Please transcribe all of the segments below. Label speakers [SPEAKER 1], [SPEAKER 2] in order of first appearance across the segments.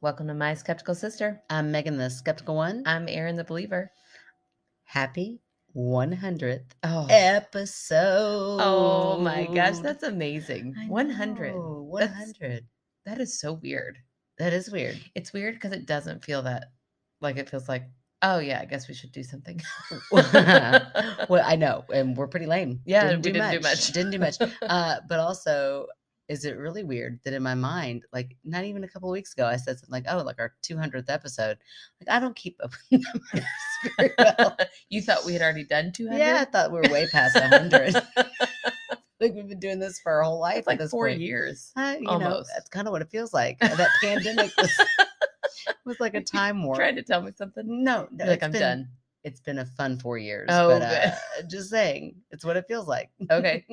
[SPEAKER 1] Welcome to My Skeptical Sister. I'm Megan, the skeptical one. I'm Erin, the believer. Happy 100th
[SPEAKER 2] Oh,
[SPEAKER 1] episode.
[SPEAKER 2] oh my gosh, that's amazing.
[SPEAKER 1] I
[SPEAKER 2] 100.
[SPEAKER 1] know,
[SPEAKER 2] That's-
[SPEAKER 1] 100.
[SPEAKER 2] That is so weird.
[SPEAKER 1] That is weird.
[SPEAKER 2] It's weird because it doesn't feel that like it feels like, oh yeah, I guess we should do something.
[SPEAKER 1] well, I know, and we're pretty lame.
[SPEAKER 2] Yeah, we didn't do much.
[SPEAKER 1] Didn't do much. Uh, but also, is it really weird that in my mind, like not even a couple weeks ago, I said something like, "Oh, like our 200th episode." Like I don't keep up with numbers very well.
[SPEAKER 2] you thought we had already done 200?
[SPEAKER 1] Yeah, I thought we were way past 100. like we've been doing this for our whole life.
[SPEAKER 2] It's
[SPEAKER 1] at
[SPEAKER 2] like
[SPEAKER 1] this
[SPEAKER 2] four
[SPEAKER 1] point.
[SPEAKER 2] years.
[SPEAKER 1] Uh, you know,
[SPEAKER 2] almost.
[SPEAKER 1] that's kind of what it feels like. Uh, That pandemic was, was like a time warp.
[SPEAKER 2] Trying to tell me something.
[SPEAKER 1] no, no
[SPEAKER 2] You're like
[SPEAKER 1] it's
[SPEAKER 2] I'm
[SPEAKER 1] been-
[SPEAKER 2] done.
[SPEAKER 1] It's been a fun four years.
[SPEAKER 2] Oh,
[SPEAKER 1] but,
[SPEAKER 2] good.
[SPEAKER 1] uh, just saying, it's what it feels like.
[SPEAKER 2] Okay.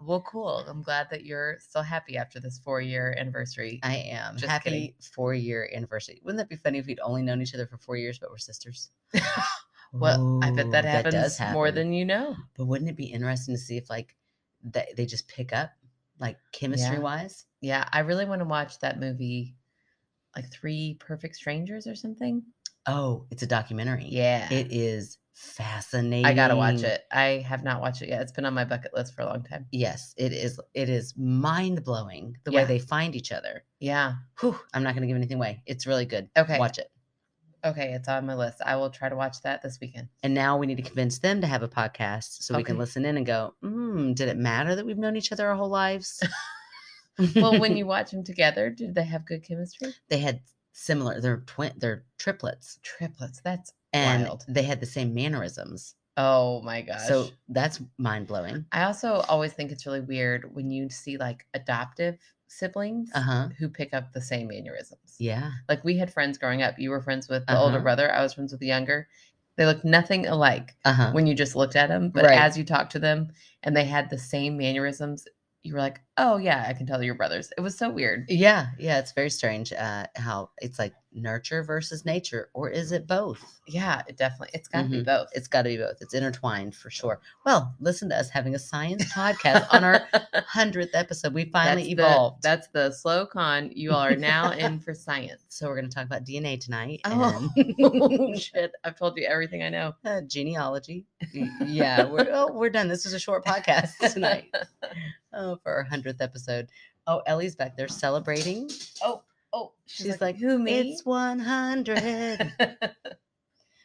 [SPEAKER 2] Well, cool. I'm glad that you're still happy after this four year anniversary.
[SPEAKER 1] I am
[SPEAKER 2] Just
[SPEAKER 1] happy
[SPEAKER 2] kidding.
[SPEAKER 1] four year anniversary. Wouldn't that be funny if we'd only known each other for four years, but we're sisters?
[SPEAKER 2] well, I bet that
[SPEAKER 1] Ooh,
[SPEAKER 2] happens
[SPEAKER 1] Oh, does
[SPEAKER 2] more
[SPEAKER 1] happen.
[SPEAKER 2] than you know.
[SPEAKER 1] But wouldn't it be interesting to see if like that they just pick up, like chemistry wise?
[SPEAKER 2] Yeah, I really want to watch that movie, like Three Perfect Strangers or something.
[SPEAKER 1] Oh, it's a documentary.
[SPEAKER 2] Yeah.
[SPEAKER 1] It is fascinating.
[SPEAKER 2] I gotta watch it. I have not watched it yet. It's been on my bucket list for a long time.
[SPEAKER 1] Yes, it is. It is mind blowing the way
[SPEAKER 2] Yeah.
[SPEAKER 1] they find each other.
[SPEAKER 2] Yeah.
[SPEAKER 1] Whew, I'm not going to give anything away. It's really good.
[SPEAKER 2] Okay.
[SPEAKER 1] Watch it.
[SPEAKER 2] Okay, it's on my list. I will try to watch that this weekend.
[SPEAKER 1] And now we need to convince them to have a podcast so we can
[SPEAKER 2] Okay.
[SPEAKER 1] listen in and go, mm, did it matter that we've known each other our whole lives?
[SPEAKER 2] Well, when you watch them together, did they have good chemistry?
[SPEAKER 1] they had similar, they're twin, they're triplets
[SPEAKER 2] Triplets. That's
[SPEAKER 1] and
[SPEAKER 2] Wild.
[SPEAKER 1] they had the same mannerisms.
[SPEAKER 2] oh my gosh.
[SPEAKER 1] So that's mind blowing.
[SPEAKER 2] I also always think it's really weird when you see like adoptive siblings
[SPEAKER 1] Uh huh.
[SPEAKER 2] who pick up the same mannerisms.
[SPEAKER 1] Yeah.
[SPEAKER 2] Like we had friends growing up. You were friends with the older
[SPEAKER 1] Uh-huh.
[SPEAKER 2] brother. I was friends with the younger. They looked nothing alike
[SPEAKER 1] Uh huh.
[SPEAKER 2] when you just looked at them, but
[SPEAKER 1] Right.
[SPEAKER 2] as you talked to them and they had the same mannerisms, you were like, "Oh yeah, I can tell you're brothers." It was so weird.
[SPEAKER 1] Yeah, yeah, it's very strange uh, how it's like nurture versus nature, or is it both?
[SPEAKER 2] Yeah, it definitely. Mm-hmm. It's got to be both.
[SPEAKER 1] It's got to be both. It's intertwined for sure. Well, listen to us having a science podcast on our hundredth episode. We finally
[SPEAKER 2] That's the-
[SPEAKER 1] evolved.
[SPEAKER 2] that's the slow con. You all are now in for science.
[SPEAKER 1] so we're going to talk about DNA tonight
[SPEAKER 2] Oh. Oh,
[SPEAKER 1] and
[SPEAKER 2] shit, I've told you everything I know.
[SPEAKER 1] uh, genealogy. Y- Yeah, we're oh, we're done. This is a short podcast tonight. Oh, for our hundredth episode. Oh, Ellie's back there celebrating.
[SPEAKER 2] Oh, oh, she's,
[SPEAKER 1] She's
[SPEAKER 2] like,
[SPEAKER 1] like,
[SPEAKER 2] who me?
[SPEAKER 1] It's one hundred.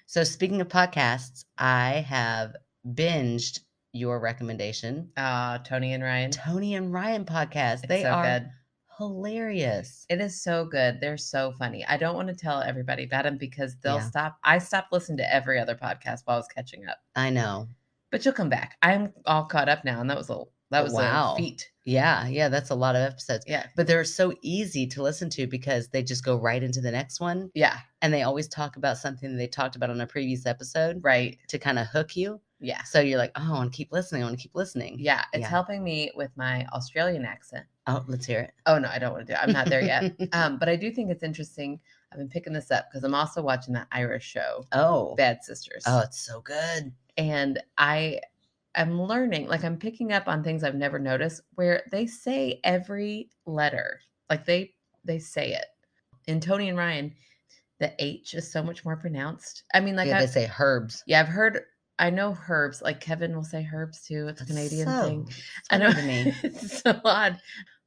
[SPEAKER 1] So speaking of podcasts, I have binged your recommendation,
[SPEAKER 2] Ah, Tony and Ryan.
[SPEAKER 1] Tony and Ryan podcast.
[SPEAKER 2] It's
[SPEAKER 1] they
[SPEAKER 2] so
[SPEAKER 1] are
[SPEAKER 2] good.
[SPEAKER 1] hilarious.
[SPEAKER 2] It is so good. They're so funny. I don't want to tell everybody about them because they'll
[SPEAKER 1] Yeah.
[SPEAKER 2] stop. I stopped listening to every other podcast while I was catching up.
[SPEAKER 1] I know.
[SPEAKER 2] But you'll come back. I'm all caught up now, and that was a that was
[SPEAKER 1] Oh, Wow.
[SPEAKER 2] a feat.
[SPEAKER 1] Yeah, yeah, that's a lot of episodes.
[SPEAKER 2] Yeah,
[SPEAKER 1] But they're so easy to listen to because they just go right into the next one
[SPEAKER 2] yeah,
[SPEAKER 1] and they always talk about something they talked about on a previous episode
[SPEAKER 2] right.
[SPEAKER 1] to kind of hook you.
[SPEAKER 2] Yeah,
[SPEAKER 1] So you're like, "Oh, I want to keep listening. I want to keep listening."
[SPEAKER 2] yeah. It's
[SPEAKER 1] Yeah.
[SPEAKER 2] helping me with my Australian accent.
[SPEAKER 1] Oh, let's hear it.
[SPEAKER 2] Oh no, I don't want to do. It. I'm not there yet. um, but I do think it's interesting. I've been picking this up because I'm also watching that Irish show,
[SPEAKER 1] oh.
[SPEAKER 2] Bad Sisters.
[SPEAKER 1] Oh, it's so good.
[SPEAKER 2] and I am learning, like I'm picking up on things I've never noticed where they say every letter. Like they they say it. In Tony and Ryan, the H is so much more pronounced. I mean, like
[SPEAKER 1] yeah,
[SPEAKER 2] I,
[SPEAKER 1] they say herbs.
[SPEAKER 2] yeah, I've heard I know herbs, like Kevin will say herbs too. It's a
[SPEAKER 1] That's
[SPEAKER 2] Canadian
[SPEAKER 1] so
[SPEAKER 2] thing. I know
[SPEAKER 1] funny to me.
[SPEAKER 2] it's so odd.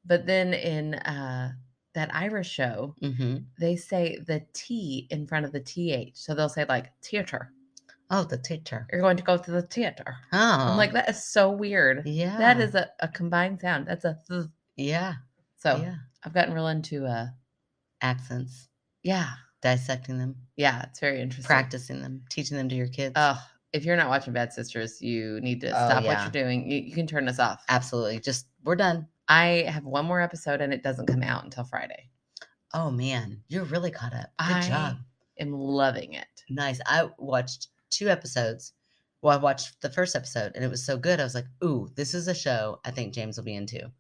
[SPEAKER 2] But then in uh that Irish show,
[SPEAKER 1] hmm
[SPEAKER 2] they say the T in front of the TH. So they'll say like theater.
[SPEAKER 1] Oh, the teacher.
[SPEAKER 2] You're going to go to the theater.
[SPEAKER 1] Oh,
[SPEAKER 2] I'm like, that is so weird.
[SPEAKER 1] yeah,
[SPEAKER 2] That is a, a combined sound. That's a th.
[SPEAKER 1] yeah,
[SPEAKER 2] So
[SPEAKER 1] yeah.
[SPEAKER 2] I've gotten real into uh
[SPEAKER 1] Accents,
[SPEAKER 2] yeah.
[SPEAKER 1] dissecting them,
[SPEAKER 2] Yeah, it's very interesting.
[SPEAKER 1] practicing them, teaching them to your kids.
[SPEAKER 2] Oh, if you're not watching Bad Sisters, you need to
[SPEAKER 1] Oh,
[SPEAKER 2] stop
[SPEAKER 1] yeah.
[SPEAKER 2] what you're doing. You, you can turn this off.
[SPEAKER 1] absolutely. Just we're done.
[SPEAKER 2] I have one more episode and it doesn't come out until Friday.
[SPEAKER 1] Oh man, you're really caught up. Good
[SPEAKER 2] I-
[SPEAKER 1] job.
[SPEAKER 2] I'm loving it.
[SPEAKER 1] Nice. I watched two episodes. Well, I watched the first episode and it was so good. I was like, "Ooh, this is a show I think James will be into."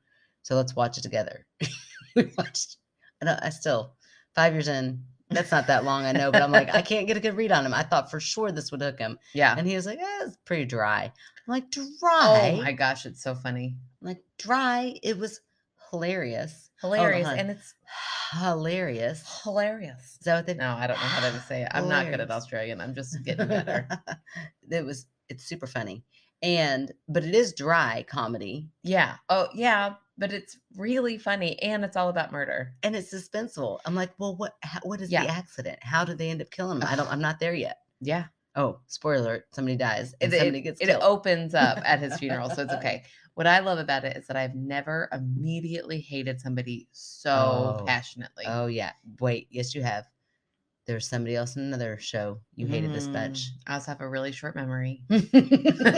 [SPEAKER 1] So let's watch it together. we watched. I, don't, I still five years in. That's not that long, I know, but I'm like, I can't get a good read on him. I thought for sure this would hook him.
[SPEAKER 2] Yeah.
[SPEAKER 1] And he was like, eh, it's pretty dry. I'm like, dry?
[SPEAKER 2] oh my gosh, it's so funny.
[SPEAKER 1] I'm like, dry? It was hilarious.
[SPEAKER 2] Hilarious.
[SPEAKER 1] on.
[SPEAKER 2] and it's
[SPEAKER 1] Hilarious.
[SPEAKER 2] hilarious.
[SPEAKER 1] Is that what they
[SPEAKER 2] No, I don't know how to say it. I'm not good at
[SPEAKER 1] Hilarious.
[SPEAKER 2] Australian. I'm just getting better.
[SPEAKER 1] it was it's super funny. And but it is dry comedy
[SPEAKER 2] yeah. Oh, yeah. But it's really funny and it's all about murder.
[SPEAKER 1] and it's suspenseful. I'm like, well, what how, what is
[SPEAKER 2] Yeah.
[SPEAKER 1] the accident? How did they end up killing him? I don't I'm not there yet.
[SPEAKER 2] Yeah.
[SPEAKER 1] Oh, spoiler alert, somebody dies and
[SPEAKER 2] It, it-
[SPEAKER 1] somebody gets
[SPEAKER 2] it
[SPEAKER 1] killed.
[SPEAKER 2] opens up at his funeral, so it's okay. What I love about it is that I've never immediately hated somebody so
[SPEAKER 1] Oh.
[SPEAKER 2] passionately.
[SPEAKER 1] oh yeah. Wait, yes you have. There's somebody else in another show you hated this
[SPEAKER 2] Mm,
[SPEAKER 1] much.
[SPEAKER 2] I also have a really short memory.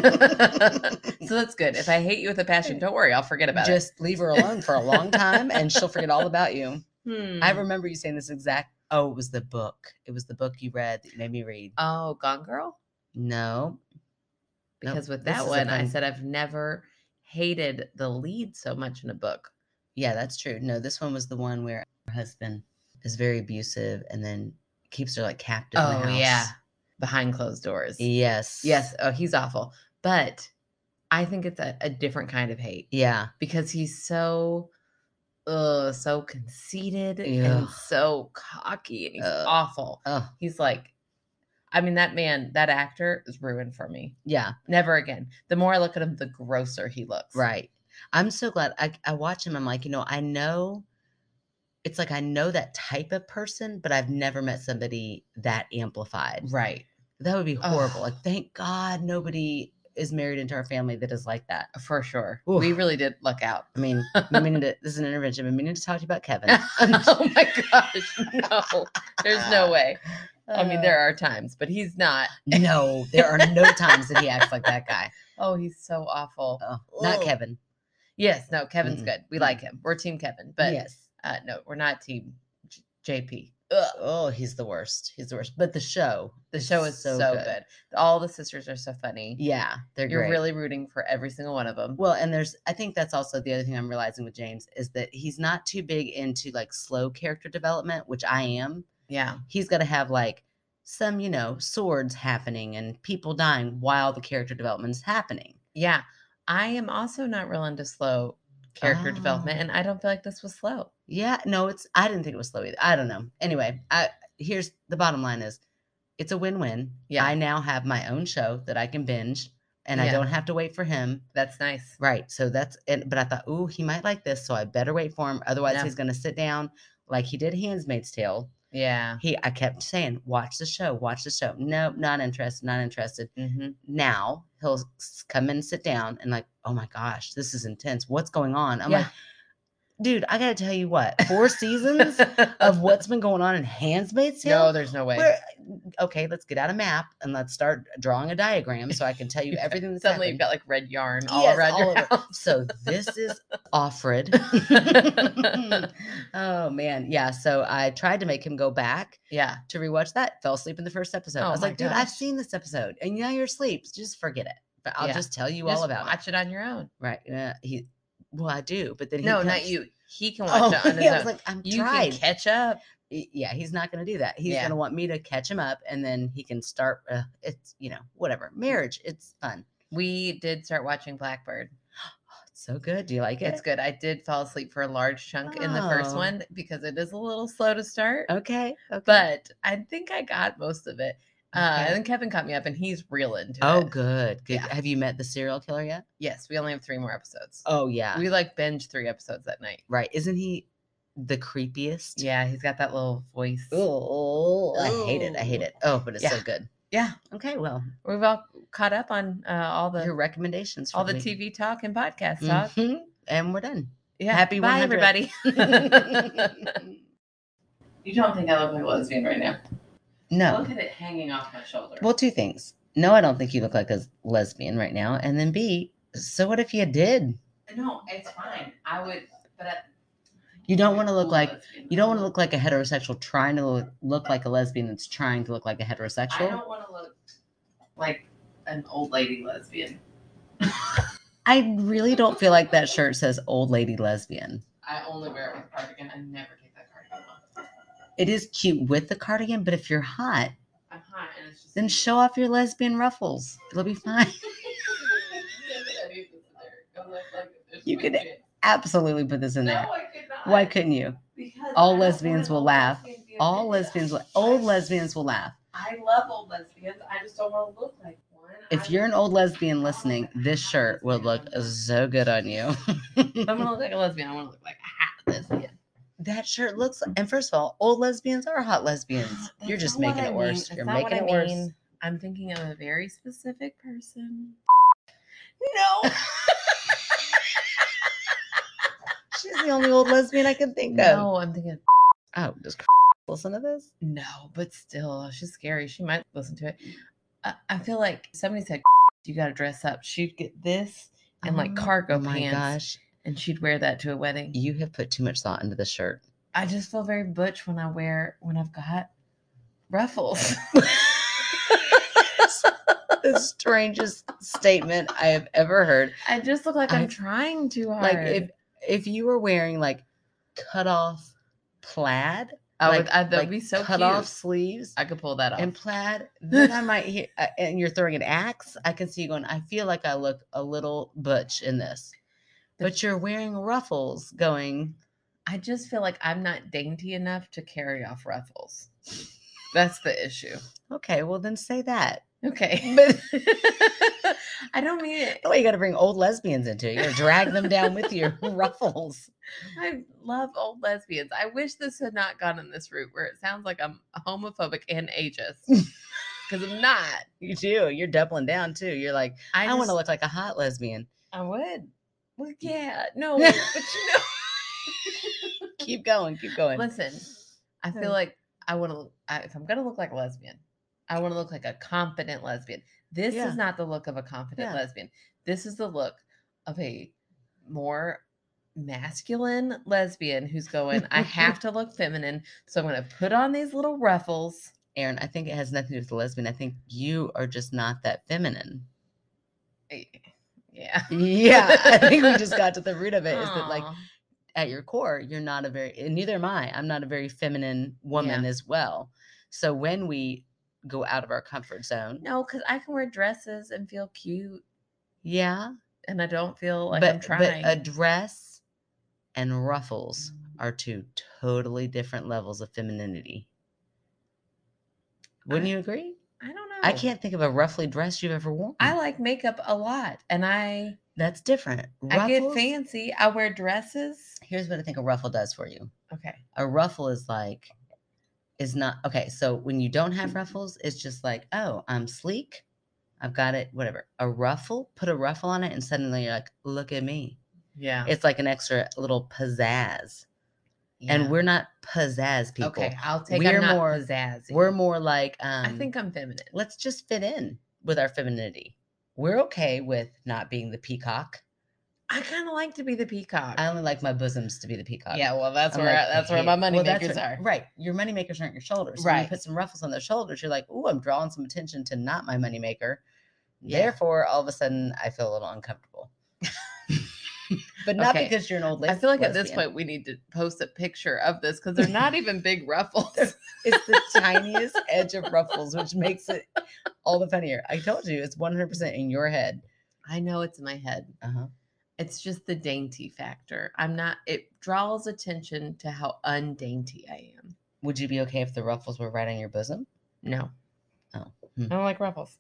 [SPEAKER 1] Just
[SPEAKER 2] So that's good. If I hate you with a passion, don't worry, I'll forget about
[SPEAKER 1] leave her alone for a long time and she'll forget all about you.
[SPEAKER 2] it. Hmm.
[SPEAKER 1] I remember you saying this exact. Oh, it was the book. It was the book you read that you made me read.
[SPEAKER 2] oh, Gone Girl?
[SPEAKER 1] No, Nope,
[SPEAKER 2] Because with
[SPEAKER 1] this
[SPEAKER 2] that
[SPEAKER 1] is a
[SPEAKER 2] one, I
[SPEAKER 1] fun-
[SPEAKER 2] said I've never hated the lead so much in a book.
[SPEAKER 1] yeah, that's true. No, this one was the one where her husband is very abusive and then keeps her like captive. in the
[SPEAKER 2] Oh,
[SPEAKER 1] house.
[SPEAKER 2] yeah. Behind closed doors.
[SPEAKER 1] Yes.
[SPEAKER 2] Yes. Oh, he's awful. But I think it's a, a different kind of hate.
[SPEAKER 1] Yeah.
[SPEAKER 2] because he's so uh so conceited
[SPEAKER 1] Ugh.
[SPEAKER 2] and so cocky and he's
[SPEAKER 1] Ugh.
[SPEAKER 2] awful.
[SPEAKER 1] Oh,
[SPEAKER 2] He's like I mean that man, that actor is ruined for me.
[SPEAKER 1] yeah.
[SPEAKER 2] Never again. The more I look at him, the grosser he looks.
[SPEAKER 1] Right. I'm so glad. I, I watch him. I'm like, you know, I know. It's like I know that type of person, but I've never met somebody that amplified.
[SPEAKER 2] Right.
[SPEAKER 1] That would be horrible.
[SPEAKER 2] Ugh.
[SPEAKER 1] Like, thank God nobody is married into our family that is like that.
[SPEAKER 2] For sure.
[SPEAKER 1] Oof.
[SPEAKER 2] We really did luck out.
[SPEAKER 1] I mean, I mean, this is an intervention. I've been meaning to talk to you about Kevin.
[SPEAKER 2] oh my gosh. No. There's no way. I mean, there are times, but he's not.
[SPEAKER 1] Uh, no, there are no times that he acts like that guy.
[SPEAKER 2] Oh, he's so awful.
[SPEAKER 1] Oh, not
[SPEAKER 2] Ugh.
[SPEAKER 1] Kevin,
[SPEAKER 2] Yes, no, Kevin's
[SPEAKER 1] Mm-mm.
[SPEAKER 2] good. We like him. We're team Kevin. But
[SPEAKER 1] Mm-hmm. yes,
[SPEAKER 2] uh no we're not team J- jp Ugh,
[SPEAKER 1] oh, he's the worst. He's the worst. But the show,
[SPEAKER 2] the show is so, good. all the sisters are so funny
[SPEAKER 1] Yeah, they're
[SPEAKER 2] you're
[SPEAKER 1] great.
[SPEAKER 2] really rooting for every single one of them
[SPEAKER 1] well, and there's, I think that's also the other thing I'm realizing with James is that he's not too big into like slow character development, which I am.
[SPEAKER 2] yeah
[SPEAKER 1] He's got to have like some, you know, swords happening and people dying while the character development is happening.
[SPEAKER 2] yeah i am also not real into slow character development
[SPEAKER 1] Oh.
[SPEAKER 2] and i don't feel like this was slow
[SPEAKER 1] Yeah, no, it's I didn't think it was slow either. I don't know. Anyway, I here's the bottom line is it's a win-win.
[SPEAKER 2] Yeah.
[SPEAKER 1] I now have my own show that I can binge and I
[SPEAKER 2] Yeah.
[SPEAKER 1] don't have to wait for him.
[SPEAKER 2] that's nice
[SPEAKER 1] Right. So that's and but I thought, ooh, he might like this, so I better wait for him. Otherwise
[SPEAKER 2] Yeah.
[SPEAKER 1] he's gonna sit down like he did Handsmaid's Tale.
[SPEAKER 2] yeah
[SPEAKER 1] He I kept saying, watch the show, watch the show. Nope, not interested, not interested.
[SPEAKER 2] hmm
[SPEAKER 1] Now he'll s- come and sit down and like, oh my gosh, this is intense. What's going on? I'm like,
[SPEAKER 2] yeah
[SPEAKER 1] dude, I gotta tell you what, four seasons of what's been going on in Handsmaid's Tale?
[SPEAKER 2] no there's no way
[SPEAKER 1] Where- okay, let's get out a map and let's start drawing a diagram so I can tell you everything that's
[SPEAKER 2] suddenly
[SPEAKER 1] happening.
[SPEAKER 2] you've got like red yarn all
[SPEAKER 1] Yes,
[SPEAKER 2] around
[SPEAKER 1] all
[SPEAKER 2] your
[SPEAKER 1] over.
[SPEAKER 2] house
[SPEAKER 1] so this is Offred.
[SPEAKER 2] Mm-hmm.
[SPEAKER 1] oh man, yeah. So I tried to make him go back
[SPEAKER 2] yeah
[SPEAKER 1] to rewatch that. Fell asleep in the first episode.
[SPEAKER 2] Oh,
[SPEAKER 1] I was
[SPEAKER 2] my
[SPEAKER 1] like, dude, I've
[SPEAKER 2] gosh.
[SPEAKER 1] seen this episode, and now you're asleep. Just forget it. But I'll
[SPEAKER 2] Yeah.
[SPEAKER 1] just tell you
[SPEAKER 2] just
[SPEAKER 1] all about it.
[SPEAKER 2] watch it on your own
[SPEAKER 1] Right? Yeah, he. Well, I do, but then he
[SPEAKER 2] no not
[SPEAKER 1] comes-
[SPEAKER 2] you he can watch
[SPEAKER 1] Oh,
[SPEAKER 2] it on his
[SPEAKER 1] yeah, I
[SPEAKER 2] own
[SPEAKER 1] was like, I'm
[SPEAKER 2] you
[SPEAKER 1] tried.
[SPEAKER 2] can catch up
[SPEAKER 1] y- yeah, he's not going to do that. He's
[SPEAKER 2] Yeah.
[SPEAKER 1] going to want me to catch him up, and then he can start. Uh, it's you know whatever marriage. It's fun.
[SPEAKER 2] We did start watching Blackbird.
[SPEAKER 1] It's so good. Do you like it?
[SPEAKER 2] It's good. I did fall asleep for a large chunk in the first
[SPEAKER 1] Oh.
[SPEAKER 2] one because it is a little slow to start,
[SPEAKER 1] Okay. Okay.
[SPEAKER 2] but I think I got most of it. Uh,
[SPEAKER 1] Okay.
[SPEAKER 2] and then Kevin caught me up, and he's real into
[SPEAKER 1] oh,
[SPEAKER 2] it.
[SPEAKER 1] good. Good.
[SPEAKER 2] Yeah.
[SPEAKER 1] Have you met the serial killer yet?
[SPEAKER 2] Yes, we only have three more episodes.
[SPEAKER 1] Oh yeah.
[SPEAKER 2] We like binge three episodes that night.
[SPEAKER 1] right. Isn't he the creepiest?
[SPEAKER 2] Yeah, he's got that little voice.
[SPEAKER 1] Oh, I hate it. I hate
[SPEAKER 2] Ooh.
[SPEAKER 1] it. Oh, but it's so
[SPEAKER 2] Yeah.
[SPEAKER 1] good.
[SPEAKER 2] Yeah,
[SPEAKER 1] Okay. Well,
[SPEAKER 2] we've all caught up on uh, all
[SPEAKER 1] your
[SPEAKER 2] the
[SPEAKER 1] recommendations. For
[SPEAKER 2] all the
[SPEAKER 1] week.
[SPEAKER 2] TV talk and podcast talk.
[SPEAKER 1] Mhm, And we're done.
[SPEAKER 2] Yeah,
[SPEAKER 1] Happy
[SPEAKER 2] bye
[SPEAKER 1] 100.
[SPEAKER 2] everybody. you don't think I look like a lesbian right now?
[SPEAKER 1] no.
[SPEAKER 2] Look at it hanging off my shoulder.
[SPEAKER 1] Well, two things. No, I don't think you look like a lesbian right now. And then B, so what if you did?
[SPEAKER 2] No, it's fine. I would, but I,
[SPEAKER 1] You don't want to look
[SPEAKER 2] Cool
[SPEAKER 1] like
[SPEAKER 2] lesbian.
[SPEAKER 1] you don't want to look like a heterosexual trying to look, look like a lesbian that's trying to look like a
[SPEAKER 2] I
[SPEAKER 1] heterosexual.
[SPEAKER 2] don't want to look like an old lady lesbian.
[SPEAKER 1] I, really don't feel like that shirt says old lady lesbian.
[SPEAKER 2] I only wear it with a cardigan. I never take that cardigan off.
[SPEAKER 1] It is cute with the cardigan, but if you're hot,
[SPEAKER 2] I'm hot, and it's just
[SPEAKER 1] then show off your lesbian ruffles. It'll be fine.
[SPEAKER 2] I need this there. I'm like, like, there's
[SPEAKER 1] You
[SPEAKER 2] my
[SPEAKER 1] could-
[SPEAKER 2] shit.
[SPEAKER 1] absolutely put this in there.
[SPEAKER 3] I could not.
[SPEAKER 1] Why couldn't you?
[SPEAKER 3] Because I
[SPEAKER 1] All
[SPEAKER 3] don't
[SPEAKER 1] lesbians
[SPEAKER 3] want
[SPEAKER 1] will
[SPEAKER 3] a
[SPEAKER 1] laugh.
[SPEAKER 3] lesbian to be a
[SPEAKER 1] All
[SPEAKER 3] bitch.
[SPEAKER 1] lesbians, will, old lesbians will laugh.
[SPEAKER 3] I love old lesbians. I just don't want to look like one.
[SPEAKER 1] If
[SPEAKER 3] I'm-
[SPEAKER 1] you're an old lesbian listening, this shirt would look so good on you.
[SPEAKER 2] If I'm gonna look like a lesbian, I want to look like a hot lesbian.
[SPEAKER 1] that shirt looks. And first of all, old lesbians are hot lesbians. You're
[SPEAKER 2] Mm-hmm. That's
[SPEAKER 1] just
[SPEAKER 2] not what
[SPEAKER 1] making
[SPEAKER 2] I
[SPEAKER 1] it
[SPEAKER 2] mean.
[SPEAKER 1] worse.
[SPEAKER 2] That's
[SPEAKER 1] You're
[SPEAKER 2] not what
[SPEAKER 1] making it
[SPEAKER 2] I
[SPEAKER 1] worse.
[SPEAKER 2] mean. I'm thinking of a very specific person.
[SPEAKER 1] No. She's the only old lesbian I can think of.
[SPEAKER 2] No, I'm thinking
[SPEAKER 1] Oh, does listen to this?
[SPEAKER 2] no, but still, she's scary. She might listen to it. I, I feel like somebody said you got to dress up. She'd get this and like
[SPEAKER 1] Oh
[SPEAKER 2] cargo
[SPEAKER 1] my
[SPEAKER 2] pants,
[SPEAKER 1] gosh,
[SPEAKER 2] and she'd wear that to a wedding.
[SPEAKER 1] you have put too much thought into the shirt.
[SPEAKER 2] I just feel very butch when I wear when I've got ruffles.
[SPEAKER 1] the strangest statement I have ever heard.
[SPEAKER 2] I just look like I'm
[SPEAKER 1] I-
[SPEAKER 2] trying too hard.
[SPEAKER 1] Like if if you were wearing like cut off plaid,
[SPEAKER 2] I
[SPEAKER 1] like,
[SPEAKER 2] uh, would, I, that'd
[SPEAKER 1] like
[SPEAKER 2] be so
[SPEAKER 1] cut
[SPEAKER 2] cute.
[SPEAKER 1] off sleeves
[SPEAKER 2] I could pull that off.
[SPEAKER 1] and plaid, then I might hear. uh, And you're throwing an axe. I can see you going. I feel like I look a little butch in this,
[SPEAKER 2] The-
[SPEAKER 1] but you're wearing ruffles. Going,
[SPEAKER 2] I just feel like I'm not dainty enough to carry off ruffles. That's the issue.
[SPEAKER 1] okay, well then say that.
[SPEAKER 2] Okay.
[SPEAKER 1] But
[SPEAKER 2] I don't mean it.
[SPEAKER 1] Oh, you got to bring old lesbians into it. You got to drag them down with your ruffles.
[SPEAKER 2] I love old lesbians. I wish this had not gone in this route where it sounds like I'm homophobic and ageist. Because I'm not.
[SPEAKER 1] You do. You're doubling down too. You're like, I, want to
[SPEAKER 2] just-
[SPEAKER 1] look like a hot lesbian.
[SPEAKER 2] I would. Well, yeah.
[SPEAKER 1] Oh,
[SPEAKER 2] No, but you
[SPEAKER 1] Keep going. Keep going.
[SPEAKER 2] know. Listen, I
[SPEAKER 1] Yeah.
[SPEAKER 2] feel like I want to. I, if I'm gonna look like a lesbian, I want to look like a confident lesbian. This
[SPEAKER 1] Yeah.
[SPEAKER 2] is not the look of a confident
[SPEAKER 1] Yeah.
[SPEAKER 2] lesbian. This is the look of a more masculine lesbian who's going. I have to look feminine, so I'm gonna put on these little ruffles.
[SPEAKER 1] Aaron, I think it has nothing to do with the lesbian. I think you are just not that feminine.
[SPEAKER 2] Eh, Yeah.
[SPEAKER 1] Yeah. I think we just got to the root of it. Is that like
[SPEAKER 2] Aw.
[SPEAKER 1] at your core, you're not a very, and neither am I. I'm not a very feminine woman as well. So when we go out of our comfort zone,
[SPEAKER 2] no? Because I can wear dresses and feel cute,
[SPEAKER 1] yeah,
[SPEAKER 2] and I don't feel like I'm
[SPEAKER 1] but,
[SPEAKER 2] trying.
[SPEAKER 1] but a dress and ruffles are two totally different levels of femininity. Wouldn't
[SPEAKER 2] I-
[SPEAKER 1] you agree?
[SPEAKER 2] I don't know.
[SPEAKER 1] I can't think of a ruffly dress you've ever worn.
[SPEAKER 2] I like makeup a lot, and I
[SPEAKER 1] That's different.
[SPEAKER 2] I get
[SPEAKER 1] Ruffles-
[SPEAKER 2] fancy. I wear dresses.
[SPEAKER 1] Here's what I think a ruffle does for you.
[SPEAKER 2] Okay.
[SPEAKER 1] A ruffle is like is not okay. So when you don't
[SPEAKER 2] Mm-hmm.
[SPEAKER 1] have ruffles, it's just like, oh, I'm sleek. I've got it, whatever. A ruffle, put a ruffle on it, and suddenly you're like, look at me.
[SPEAKER 2] Yeah.
[SPEAKER 1] It's like an extra little pizzazz. and we're not pizzazz people.
[SPEAKER 2] okay. I'll take.
[SPEAKER 1] We're
[SPEAKER 2] I'm not
[SPEAKER 1] more-
[SPEAKER 2] pizzazzy.
[SPEAKER 1] We're more like um,
[SPEAKER 2] I think I'm feminine.
[SPEAKER 1] let's just fit in with our femininity. We're okay with not being the peacock.
[SPEAKER 2] I kind of like to be the peacock.
[SPEAKER 1] I only like my bosoms to be the peacock.
[SPEAKER 2] yeah. Well, that's
[SPEAKER 1] I'm
[SPEAKER 2] where
[SPEAKER 1] like,
[SPEAKER 2] I- that's where
[SPEAKER 1] "Hey,"
[SPEAKER 2] my money
[SPEAKER 1] well, that's
[SPEAKER 2] makers
[SPEAKER 1] where-
[SPEAKER 2] are.
[SPEAKER 1] Right. Your money makers aren't your shoulders. So when you
[SPEAKER 2] Right.
[SPEAKER 1] put some ruffles on their shoulders, you're like, ooh, I'm drawing some attention to not my money maker.
[SPEAKER 2] Yeah.
[SPEAKER 1] Therefore, all of a sudden, I feel a little uncomfortable. but not
[SPEAKER 2] Okay.
[SPEAKER 1] because you're an old lady.
[SPEAKER 2] I feel like at this point we need to post a picture of this because they're not even big ruffles.
[SPEAKER 1] It's the tiniest edge of ruffles, which makes it all the funnier. I told you, it's 100% in your head.
[SPEAKER 2] I know it's in my head.
[SPEAKER 1] Uh-huh.
[SPEAKER 2] It's just the dainty factor. I'm not. It draws attention to how undainty I am.
[SPEAKER 1] Would you be okay if the ruffles were right on your bosom?
[SPEAKER 2] No.
[SPEAKER 1] Oh,
[SPEAKER 2] I
[SPEAKER 1] hmm.
[SPEAKER 2] don't like ruffles.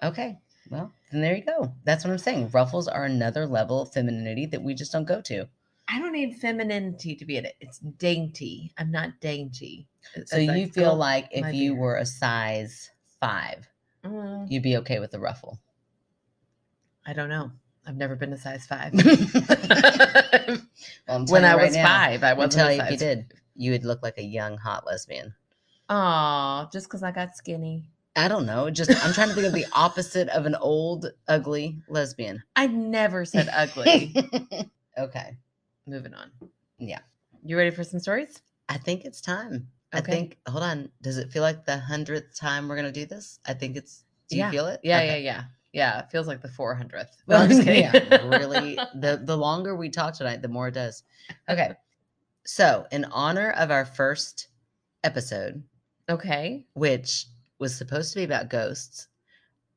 [SPEAKER 1] Okay. Well, then there you go. That's what I'm saying. Ruffles are another level of femininity that we just don't go to.
[SPEAKER 2] I don't need femininity to be in it. It's dainty. I'm not dainty. It-
[SPEAKER 1] So
[SPEAKER 2] it's
[SPEAKER 1] you feel
[SPEAKER 2] "Go,
[SPEAKER 1] like
[SPEAKER 2] my
[SPEAKER 1] if you
[SPEAKER 2] dear."
[SPEAKER 1] were a size five,
[SPEAKER 2] Mm,
[SPEAKER 1] you'd be okay with the ruffle.
[SPEAKER 2] I don't know. I've never been a size five.
[SPEAKER 1] Well, I'm
[SPEAKER 2] when
[SPEAKER 1] telling you
[SPEAKER 2] I
[SPEAKER 1] right
[SPEAKER 2] was
[SPEAKER 1] now,
[SPEAKER 2] five, I
[SPEAKER 1] I will
[SPEAKER 2] wasn't
[SPEAKER 1] tell
[SPEAKER 2] a
[SPEAKER 1] you if you
[SPEAKER 2] size.
[SPEAKER 1] did, you would look like a young hot lesbian.
[SPEAKER 2] Aw, just because I got skinny.
[SPEAKER 1] I don't know. Just I'm trying to think of the opposite of an old ugly lesbian.
[SPEAKER 2] I never said ugly.
[SPEAKER 1] okay.
[SPEAKER 2] Moving on.
[SPEAKER 1] Yeah.
[SPEAKER 2] You ready for some stories?
[SPEAKER 1] I think it's time. I
[SPEAKER 2] Okay.
[SPEAKER 1] think. Hold on. Does it feel like the hundredth time we're gonna do this? I think it's. Do you feel it?
[SPEAKER 2] Yeah,
[SPEAKER 1] Okay.
[SPEAKER 2] yeah, yeah. Yeah, it feels like the 400th. No,
[SPEAKER 1] Well,
[SPEAKER 2] I'm just kidding.
[SPEAKER 1] yeah, really. The the longer we talk tonight, the more it does. Okay. So, in honor of our first episode,
[SPEAKER 2] Okay.
[SPEAKER 1] which was supposed to be about ghosts,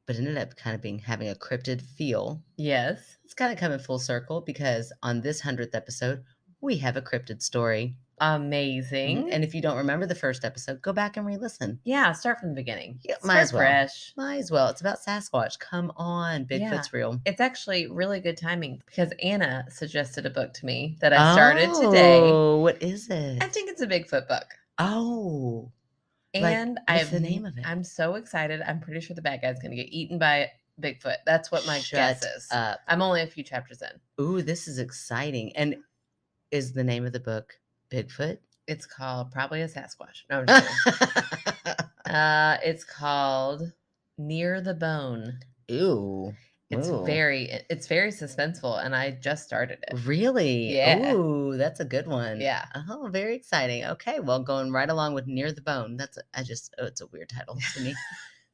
[SPEAKER 1] but ended up kind of being having a cryptid feel.
[SPEAKER 2] Yes.
[SPEAKER 1] It's kind of coming full circle because on this 100th episode, we have a cryptid story.
[SPEAKER 2] Amazing.
[SPEAKER 1] And if you don't remember the first episode, go back and re listen.
[SPEAKER 2] yeah, start from the beginning.
[SPEAKER 1] Yeah,
[SPEAKER 2] start
[SPEAKER 1] might as well.
[SPEAKER 2] fresh.
[SPEAKER 1] Might as well. It's about Sasquatch. Come on,
[SPEAKER 2] Yeah.
[SPEAKER 1] Bigfoot's real.
[SPEAKER 2] It's actually really good timing because Anna suggested a book to me that I started today.
[SPEAKER 1] Oh, what is it?
[SPEAKER 2] I think it's a Bigfoot book.
[SPEAKER 1] Oh, Like,
[SPEAKER 2] And I
[SPEAKER 1] what's
[SPEAKER 2] have
[SPEAKER 1] the name of it?
[SPEAKER 2] I'm so excited. I'm pretty sure the bad guy's going to get eaten by Bigfoot. That's what my
[SPEAKER 1] Shut
[SPEAKER 2] guess is.
[SPEAKER 1] up.
[SPEAKER 2] I'm only a few chapters in.
[SPEAKER 1] Ooh, this is exciting. And is the name of the book Bigfoot?
[SPEAKER 2] It's called probably a Sasquatch. No, I'm just kidding. uh, it's called Near the Bone.
[SPEAKER 1] Ooh.
[SPEAKER 2] It's
[SPEAKER 1] Ooh.
[SPEAKER 2] very it- it's very suspenseful, and I just started it.
[SPEAKER 1] Really?
[SPEAKER 2] Yeah.
[SPEAKER 1] Ooh, that's a good one.
[SPEAKER 2] Yeah.
[SPEAKER 1] Oh, very exciting. Okay, well, going right along with Near the Bone. That's I just oh, it's a weird title to me.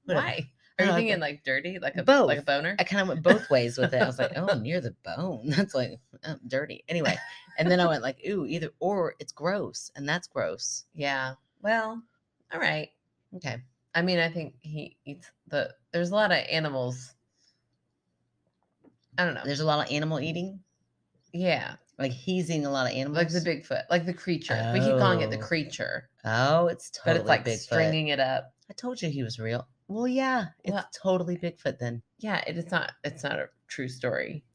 [SPEAKER 1] Whatever.
[SPEAKER 2] Why? Are you
[SPEAKER 1] Uh,
[SPEAKER 2] thinking like dirty, like a like a
[SPEAKER 1] both.
[SPEAKER 2] boner?
[SPEAKER 1] I kind of went both ways with it. I was like, oh, near the bone. That's like oh, dirty. Anyway, and then I went like, ooh, either or it's gross, and that's gross.
[SPEAKER 2] Yeah. Well, all right.
[SPEAKER 1] Okay.
[SPEAKER 2] I mean, I think he eats the. There's a lot of animals. I don't know.
[SPEAKER 1] There's a lot of animal eating.
[SPEAKER 2] yeah,
[SPEAKER 1] Like he's eating a lot of animals.
[SPEAKER 2] like the Bigfoot, like the creature. We keep calling it the
[SPEAKER 1] Oh.
[SPEAKER 2] creature,
[SPEAKER 1] Oh, it's
[SPEAKER 2] but
[SPEAKER 1] totally
[SPEAKER 2] it's like
[SPEAKER 1] Bigfoot.
[SPEAKER 2] stringing it up.
[SPEAKER 1] I told you he was real. Well, yeah, it's
[SPEAKER 2] Well-
[SPEAKER 1] totally Bigfoot then.
[SPEAKER 2] Yeah, it is not. It's not a true story.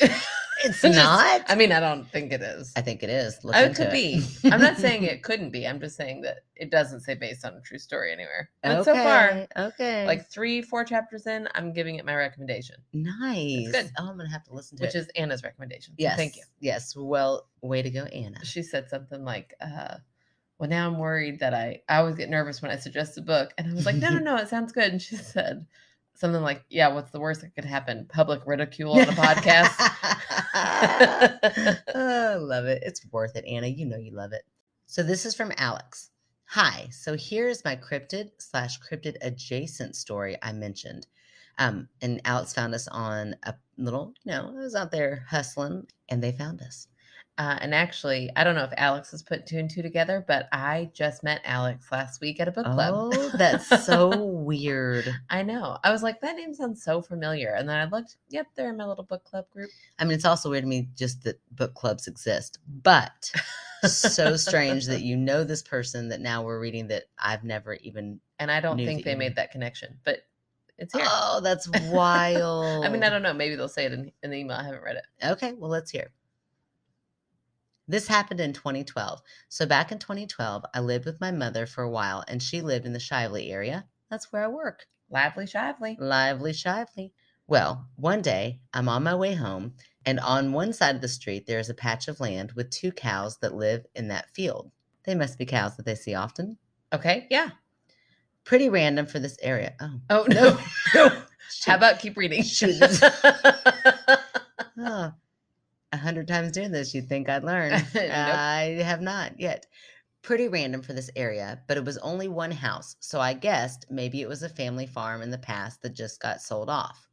[SPEAKER 1] It's
[SPEAKER 2] Just-
[SPEAKER 1] not.
[SPEAKER 2] I mean, I don't think it is.
[SPEAKER 1] I think it is. Look
[SPEAKER 2] Oh, it
[SPEAKER 1] into
[SPEAKER 2] could be. I'm not saying it couldn't be. I'm just saying that it doesn't say based on a true story anywhere. But so far,
[SPEAKER 1] Okay, okay,
[SPEAKER 2] like three, four chapters in, I'm giving it my recommendation,
[SPEAKER 1] nice.
[SPEAKER 2] good.
[SPEAKER 1] Oh, I'm gonna have to listen to
[SPEAKER 2] which
[SPEAKER 1] it.
[SPEAKER 2] is Anna's recommendation. So
[SPEAKER 1] yes,
[SPEAKER 2] Thank you.
[SPEAKER 1] Yes. Well, way to go, Anna.
[SPEAKER 2] She said something like, uh, well, now I'm worried that I, I always get nervous when I suggest a book. And I was like, no, no, no, it sounds good. And she said something like, yeah, what's the worst that could happen? Public ridicule on a podcast.
[SPEAKER 1] oh, love it. It's worth it, Anna. You know you love it. So this is from Alex. Hi. So here's my cryptid slash cryptid adjacent story I mentioned. Um, and Alex found us on a little, you know, I was out there hustling and they found us.
[SPEAKER 2] Uh, and actually, I don't know if Alex has put two and two together, but I just met Alex last week at a book club.
[SPEAKER 1] Oh, that's so weird.
[SPEAKER 2] I know. I was like, that name sounds so familiar. And then I looked, yep, they're in my little book club group.
[SPEAKER 1] I mean, it's also weird to me just that book clubs exist, but so strange that you know this person that now we're reading that I've never even.
[SPEAKER 2] And I don't
[SPEAKER 1] Knew
[SPEAKER 2] think
[SPEAKER 1] that
[SPEAKER 2] they
[SPEAKER 1] you-
[SPEAKER 2] made that connection, but it's here.
[SPEAKER 1] Oh, that's wild.
[SPEAKER 2] I mean, I don't know. Maybe they'll say it in, in the email. I haven't read it.
[SPEAKER 1] Okay, well, let's hear. This happened in 2012. So, back in 2012, I lived with my mother for a while, and she lived in the Shively area. That's where I work.
[SPEAKER 2] Lively Shively.
[SPEAKER 1] Lively Shively. Well, one day I'm on my way home, and on one side of the street there is a patch of land with two cows that live in that field. They must be cows that they see often.
[SPEAKER 2] Okay. Yeah.
[SPEAKER 1] Pretty random for this area. Oh,
[SPEAKER 2] Oh, no. no. How
[SPEAKER 1] shoot.
[SPEAKER 2] about keep reading?
[SPEAKER 1] Shoot. Oh, a hundred times doing this, you'd think I'd learn.
[SPEAKER 2] Nope.
[SPEAKER 1] I have not yet. Pretty random for this area, but it was only one house, so I guessed maybe it was a family farm in the past that just got sold off.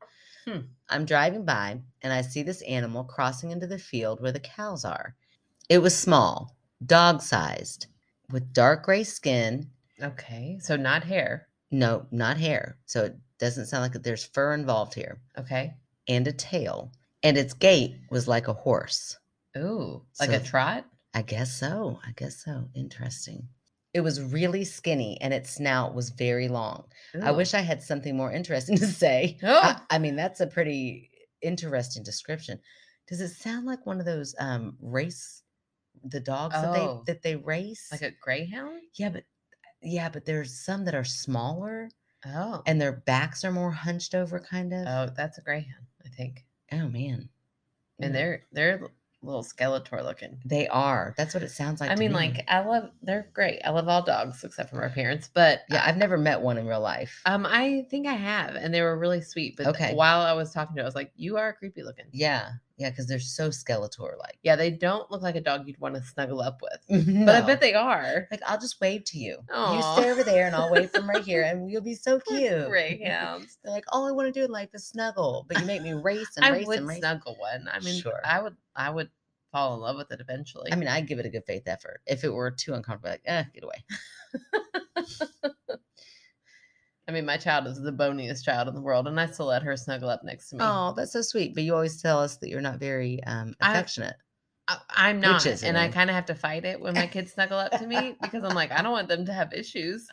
[SPEAKER 2] Hmm.
[SPEAKER 1] I'm driving by and I see this animal crossing into the field where the cows are. It was small, dog sized, with dark gray skin.
[SPEAKER 2] okay. So not hair.
[SPEAKER 1] No, not hair. So it doesn't sound like there's fur involved here,
[SPEAKER 2] Okay.
[SPEAKER 1] and a tail. And its gait was like a horse.
[SPEAKER 2] Ooh, like a
[SPEAKER 1] So-
[SPEAKER 2] trot?
[SPEAKER 1] I guess so. I guess so. Interesting. It was really skinny and its snout was very long. I
[SPEAKER 2] Ooh.
[SPEAKER 1] wish I had something more interesting to say.
[SPEAKER 2] Oh.
[SPEAKER 1] I, I mean, that's a pretty interesting description. Does it sound like one of those um race the dogs
[SPEAKER 2] Oh.
[SPEAKER 1] that they that they race?
[SPEAKER 2] like a greyhound?
[SPEAKER 1] yeah, but yeah, but there's some that are smaller
[SPEAKER 2] Oh.
[SPEAKER 1] and their backs are more hunched over kind of.
[SPEAKER 2] oh, that's a greyhound, I think.
[SPEAKER 1] oh man.
[SPEAKER 2] And
[SPEAKER 1] Mm.
[SPEAKER 2] they're they're l- little Skeletor looking.
[SPEAKER 1] they are. That's what it sounds like.
[SPEAKER 2] I
[SPEAKER 1] to
[SPEAKER 2] mean,
[SPEAKER 1] me.
[SPEAKER 2] like I love they're great. I love all dogs except for my parents, but
[SPEAKER 1] yeah, I've never met one in real life.
[SPEAKER 2] um, I think I have, and they were really sweet. But
[SPEAKER 1] Okay.
[SPEAKER 2] while I was talking to, her, I was like, "You are creepy looking."
[SPEAKER 1] Yeah, yeah, because they're so Skeletor like.
[SPEAKER 2] Yeah, they don't look like a dog you'd want to snuggle up with,
[SPEAKER 1] Mm-hmm,
[SPEAKER 2] but I bet they are.
[SPEAKER 1] like I'll just wave to you.
[SPEAKER 2] Aw.
[SPEAKER 1] You stay over there, and I'll wave from right here, and you'll be so
[SPEAKER 2] Poor
[SPEAKER 1] cute.
[SPEAKER 2] Greyhounds.
[SPEAKER 1] They're like, all I want to do in life is snuggle, but you make me race and
[SPEAKER 2] I
[SPEAKER 1] race
[SPEAKER 2] would
[SPEAKER 1] and race.
[SPEAKER 2] snuggle one. I mean,
[SPEAKER 1] Sure.
[SPEAKER 2] I would, I would fall in love with it eventually.
[SPEAKER 1] I mean, I'd give it a good faith effort. If it were too uncomfortable, like, eh, get away.
[SPEAKER 2] I mean, my child is the boniest child in the world, and I still let her snuggle up next to me.
[SPEAKER 1] Oh, that's so sweet. But you always tell us that you're not very um,
[SPEAKER 2] I-
[SPEAKER 1] affectionate.
[SPEAKER 2] I, I'm not,
[SPEAKER 1] is
[SPEAKER 2] and I
[SPEAKER 1] annoying.
[SPEAKER 2] kind of have to fight it when my kids snuggle up to me because I'm like, I don't want them to have issues.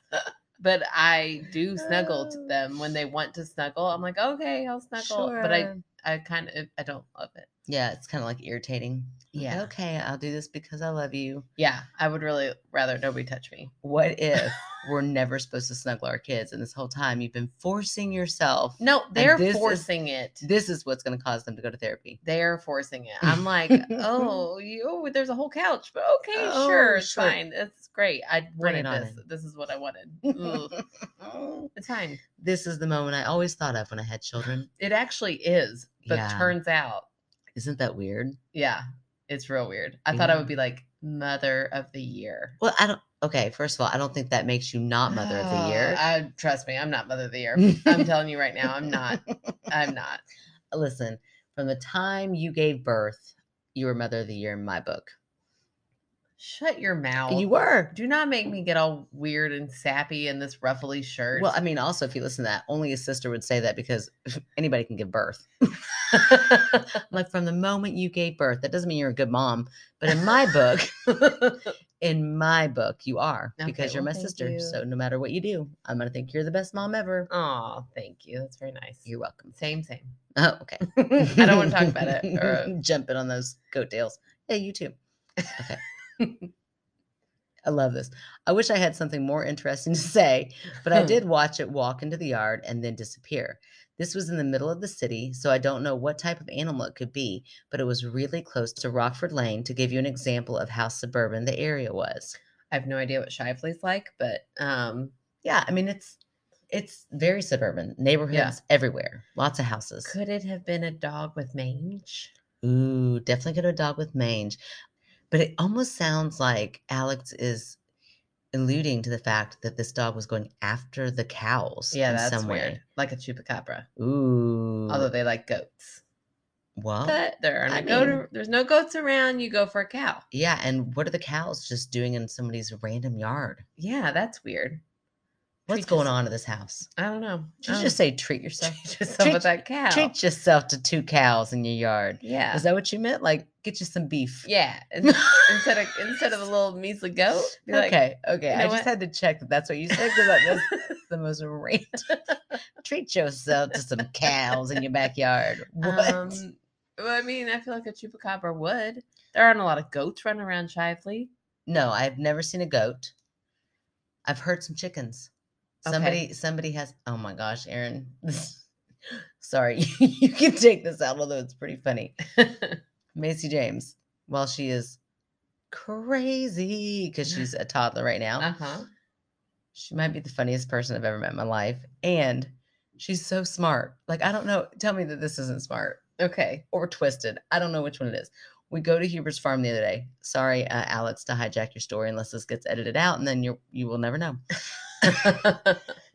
[SPEAKER 2] But I do snuggle
[SPEAKER 1] Oh.
[SPEAKER 2] to them when they want to snuggle. I'm like, okay, I'll snuggle. But I,
[SPEAKER 1] Sure.
[SPEAKER 2] I kind of, I don't love it.
[SPEAKER 1] yeah, it's kind of like irritating. Like,
[SPEAKER 2] Yeah.
[SPEAKER 1] okay, I'll do this because I love you.
[SPEAKER 2] Yeah, I would really rather nobody touch me.
[SPEAKER 1] What if we're never supposed to snuggle our kids, and this whole time you've been forcing yourself?
[SPEAKER 2] No, they're
[SPEAKER 1] this is-
[SPEAKER 2] forcing it.
[SPEAKER 1] This is what's going to cause them to go to therapy.
[SPEAKER 2] They're forcing it. I'm like, oh, you, oh, there's a whole couch, but okay,
[SPEAKER 1] Oh,
[SPEAKER 2] sure, it's
[SPEAKER 1] sure.
[SPEAKER 2] fine. It's great. I wanted
[SPEAKER 1] on
[SPEAKER 2] this. This is what I wanted. Ugh. it's fine.
[SPEAKER 1] this is the moment I always thought of when I had children.
[SPEAKER 2] It actually is, but
[SPEAKER 1] Yeah.
[SPEAKER 2] turns out
[SPEAKER 1] Isn't that weird?
[SPEAKER 2] Yeah, it's real weird. I thought I
[SPEAKER 1] Yeah.
[SPEAKER 2] would be like mother of the year.
[SPEAKER 1] Well, I don't. Okay, first of all, I don't think that makes you not mother of the year.
[SPEAKER 2] Oh, I trust me, I'm not mother of the year. I'm telling you right now, I'm not. I'm not.
[SPEAKER 1] Listen, from the time you gave birth, you were mother of the year in my book.
[SPEAKER 2] Shut your mouth.
[SPEAKER 1] You were.
[SPEAKER 2] Do not make me get all weird and sappy in this ruffly shirt.
[SPEAKER 1] Well, I mean, also, if you listen to that, only a sister would say that because anybody can give birth. like from the moment you gave birth, that doesn't mean you're a good mom. But in my book, in my book, you are
[SPEAKER 2] Okay,
[SPEAKER 1] because you're
[SPEAKER 2] well,
[SPEAKER 1] my
[SPEAKER 2] thank
[SPEAKER 1] sister.
[SPEAKER 2] you.
[SPEAKER 1] So no matter what you do, I'm gonna think you're the best mom ever.
[SPEAKER 2] oh, thank you. That's very nice.
[SPEAKER 1] You're welcome.
[SPEAKER 2] same, same.
[SPEAKER 1] Oh, okay.
[SPEAKER 2] I don't want to talk about it. or-
[SPEAKER 1] Jumping on those coattails. Yeah, you too. Okay. I love this. I wish I had something more interesting to say, but I did watch it walk into the yard and then disappear. This was in the middle of the city, so I don't know what type of animal it could be, but it was really close to Rockford Lane to give you an example of how suburban the area was.
[SPEAKER 2] I have no idea what Shively's like, but um,
[SPEAKER 1] Yeah, I mean it's it's very suburban. Neighborhoods everywhere. Lots of houses.
[SPEAKER 2] could it have been a dog with mange?
[SPEAKER 1] Ooh, definitely get a dog with mange. But it almost sounds like Alex is alluding to the fact that this dog was going after the cows
[SPEAKER 2] Yeah,
[SPEAKER 1] in
[SPEAKER 2] that's
[SPEAKER 1] some
[SPEAKER 2] weird. Like a chupacabra.
[SPEAKER 1] way. Ooh. Oh,
[SPEAKER 2] although they like goats.
[SPEAKER 1] well,
[SPEAKER 2] But there are no
[SPEAKER 1] I
[SPEAKER 2] goat,
[SPEAKER 1] mean-
[SPEAKER 2] there's no goats around. You go for a cow.
[SPEAKER 1] yeah, and what are the cows just doing in somebody's random yard?
[SPEAKER 2] Yeah, that's weird.
[SPEAKER 1] What's
[SPEAKER 2] Treat
[SPEAKER 1] going
[SPEAKER 2] yours-
[SPEAKER 1] on at this house?
[SPEAKER 2] I don't know.
[SPEAKER 1] Did you
[SPEAKER 2] Oh,
[SPEAKER 1] just say treat yourself?
[SPEAKER 2] treat yourself with that cow.
[SPEAKER 1] Treat yourself to two cows in your yard.
[SPEAKER 2] yeah,
[SPEAKER 1] Is that what you meant? Like get you some beef.
[SPEAKER 2] yeah. and- instead of instead of a little measly goat, be like,
[SPEAKER 1] okay, okay.
[SPEAKER 2] know
[SPEAKER 1] I just
[SPEAKER 2] what?
[SPEAKER 1] had to check that that's what you said because that's the most random. Treat yourself to some cows in your backyard. What?
[SPEAKER 2] um, well, I mean, I feel like a chupacabra would. There aren't a lot of goats running around Shively.
[SPEAKER 1] no, I've never seen a goat. I've heard some chickens.
[SPEAKER 2] Okay.
[SPEAKER 1] Somebody, somebody has. Oh my gosh, Aaron. this- Sorry, you can take this out, although it's pretty funny. Macy James, while she is crazy because she's a toddler right now,
[SPEAKER 2] Uh huh.
[SPEAKER 1] she might be the funniest person I've ever met in my life, and she's so smart. Like I don't know. Tell me that this isn't smart.
[SPEAKER 2] Okay.
[SPEAKER 1] or twisted. I don't know which one it is. We go to Huber's farm the other day. Sorry, uh, Alex, to hijack your story unless this gets edited out, and then you you will never know.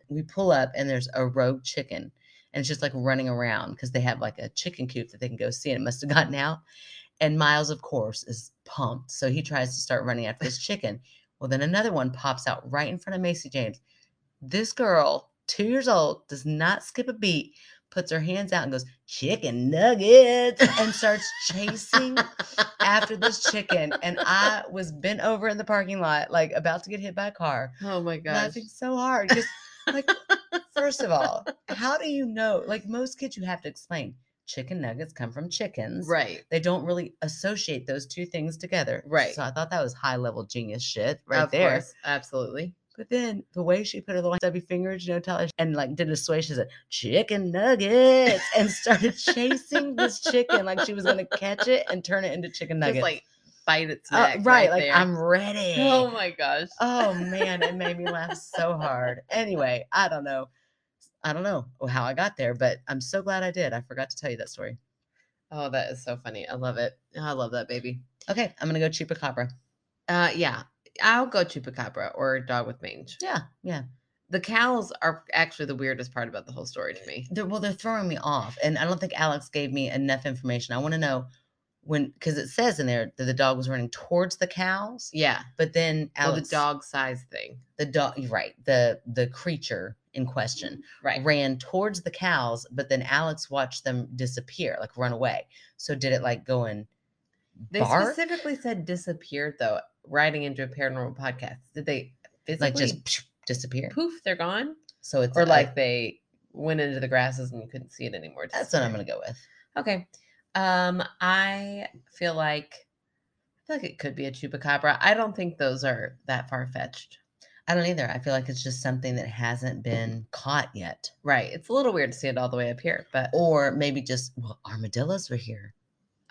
[SPEAKER 1] we pull up and there's a rogue chicken, and it's just like running around because they have like a chicken coop that they can go see, and it must have gotten out. And Miles, of course, is pumped, so he tries to start running after this chicken. Well, then another one pops out right in front of Macy James. This girl, two years old, does not skip a beat, puts her hands out and goes, chicken nuggets, and starts chasing after this chicken. And I was bent over in the parking lot, like about to get hit by a car,
[SPEAKER 2] Oh my gosh.
[SPEAKER 1] laughing so hard. Just like, first of all, how do you know? Like most kids, you have to explain chicken nuggets come from chickens.
[SPEAKER 2] Right.
[SPEAKER 1] They don't really associate those two things together.
[SPEAKER 2] Right.
[SPEAKER 1] So I thought that was high level genius shit right
[SPEAKER 2] of
[SPEAKER 1] there.
[SPEAKER 2] course. Absolutely.
[SPEAKER 1] But then the way she put her little stubby fingers, you know, tell us- and like did a sway, she said, chicken nuggets, and started chasing this chicken like she was going to catch it and turn it into chicken nuggets.
[SPEAKER 2] Just like bite its
[SPEAKER 1] Uh,
[SPEAKER 2] neck.
[SPEAKER 1] right,
[SPEAKER 2] right.
[SPEAKER 1] like
[SPEAKER 2] there.
[SPEAKER 1] I'm ready.
[SPEAKER 2] Oh my gosh.
[SPEAKER 1] Oh, man, it made me laugh so hard. Anyway, I don't know. I don't know how I got there, but I'm so glad I did. I forgot to tell you that story.
[SPEAKER 2] Oh, that is so funny. I love it. I love that baby.
[SPEAKER 1] Okay, I'm going to go chupacabra.
[SPEAKER 2] Uh yeah. I'll go chupacabra or dog with mange.
[SPEAKER 1] Yeah, yeah.
[SPEAKER 2] The cows are actually the weirdest part about the whole story to me.
[SPEAKER 1] they're, well, they're throwing me off, and I don't think Alex gave me enough information. I want to know when because it says in there that the dog was running towards the cows,
[SPEAKER 2] Yeah.
[SPEAKER 1] but then
[SPEAKER 2] Well, the
[SPEAKER 1] Alex,
[SPEAKER 2] dog size thing.
[SPEAKER 1] the dog, you're right, the the creature in question
[SPEAKER 2] Right.
[SPEAKER 1] ran towards the cows, but then Alex watched them disappear, like run away. So did it like go and
[SPEAKER 2] They
[SPEAKER 1] bark?
[SPEAKER 2] specifically said disappeared though, writing into a paranormal podcast. Did they physically
[SPEAKER 1] like just disappear?
[SPEAKER 2] poof, they're gone?
[SPEAKER 1] So it's
[SPEAKER 2] Or
[SPEAKER 1] a-
[SPEAKER 2] like they went into the grasses and you couldn't see it anymore. it
[SPEAKER 1] that's what I'm
[SPEAKER 2] disappeared?
[SPEAKER 1] gonna go with.
[SPEAKER 2] Okay. Um, I feel like I feel like it could be a chupacabra. I don't think those are that far fetched.
[SPEAKER 1] I don't either. I feel like it's just something that hasn't been caught yet.
[SPEAKER 2] Right. It's a little weird to see it all the way up here, but
[SPEAKER 1] Or maybe just well, armadillos were here.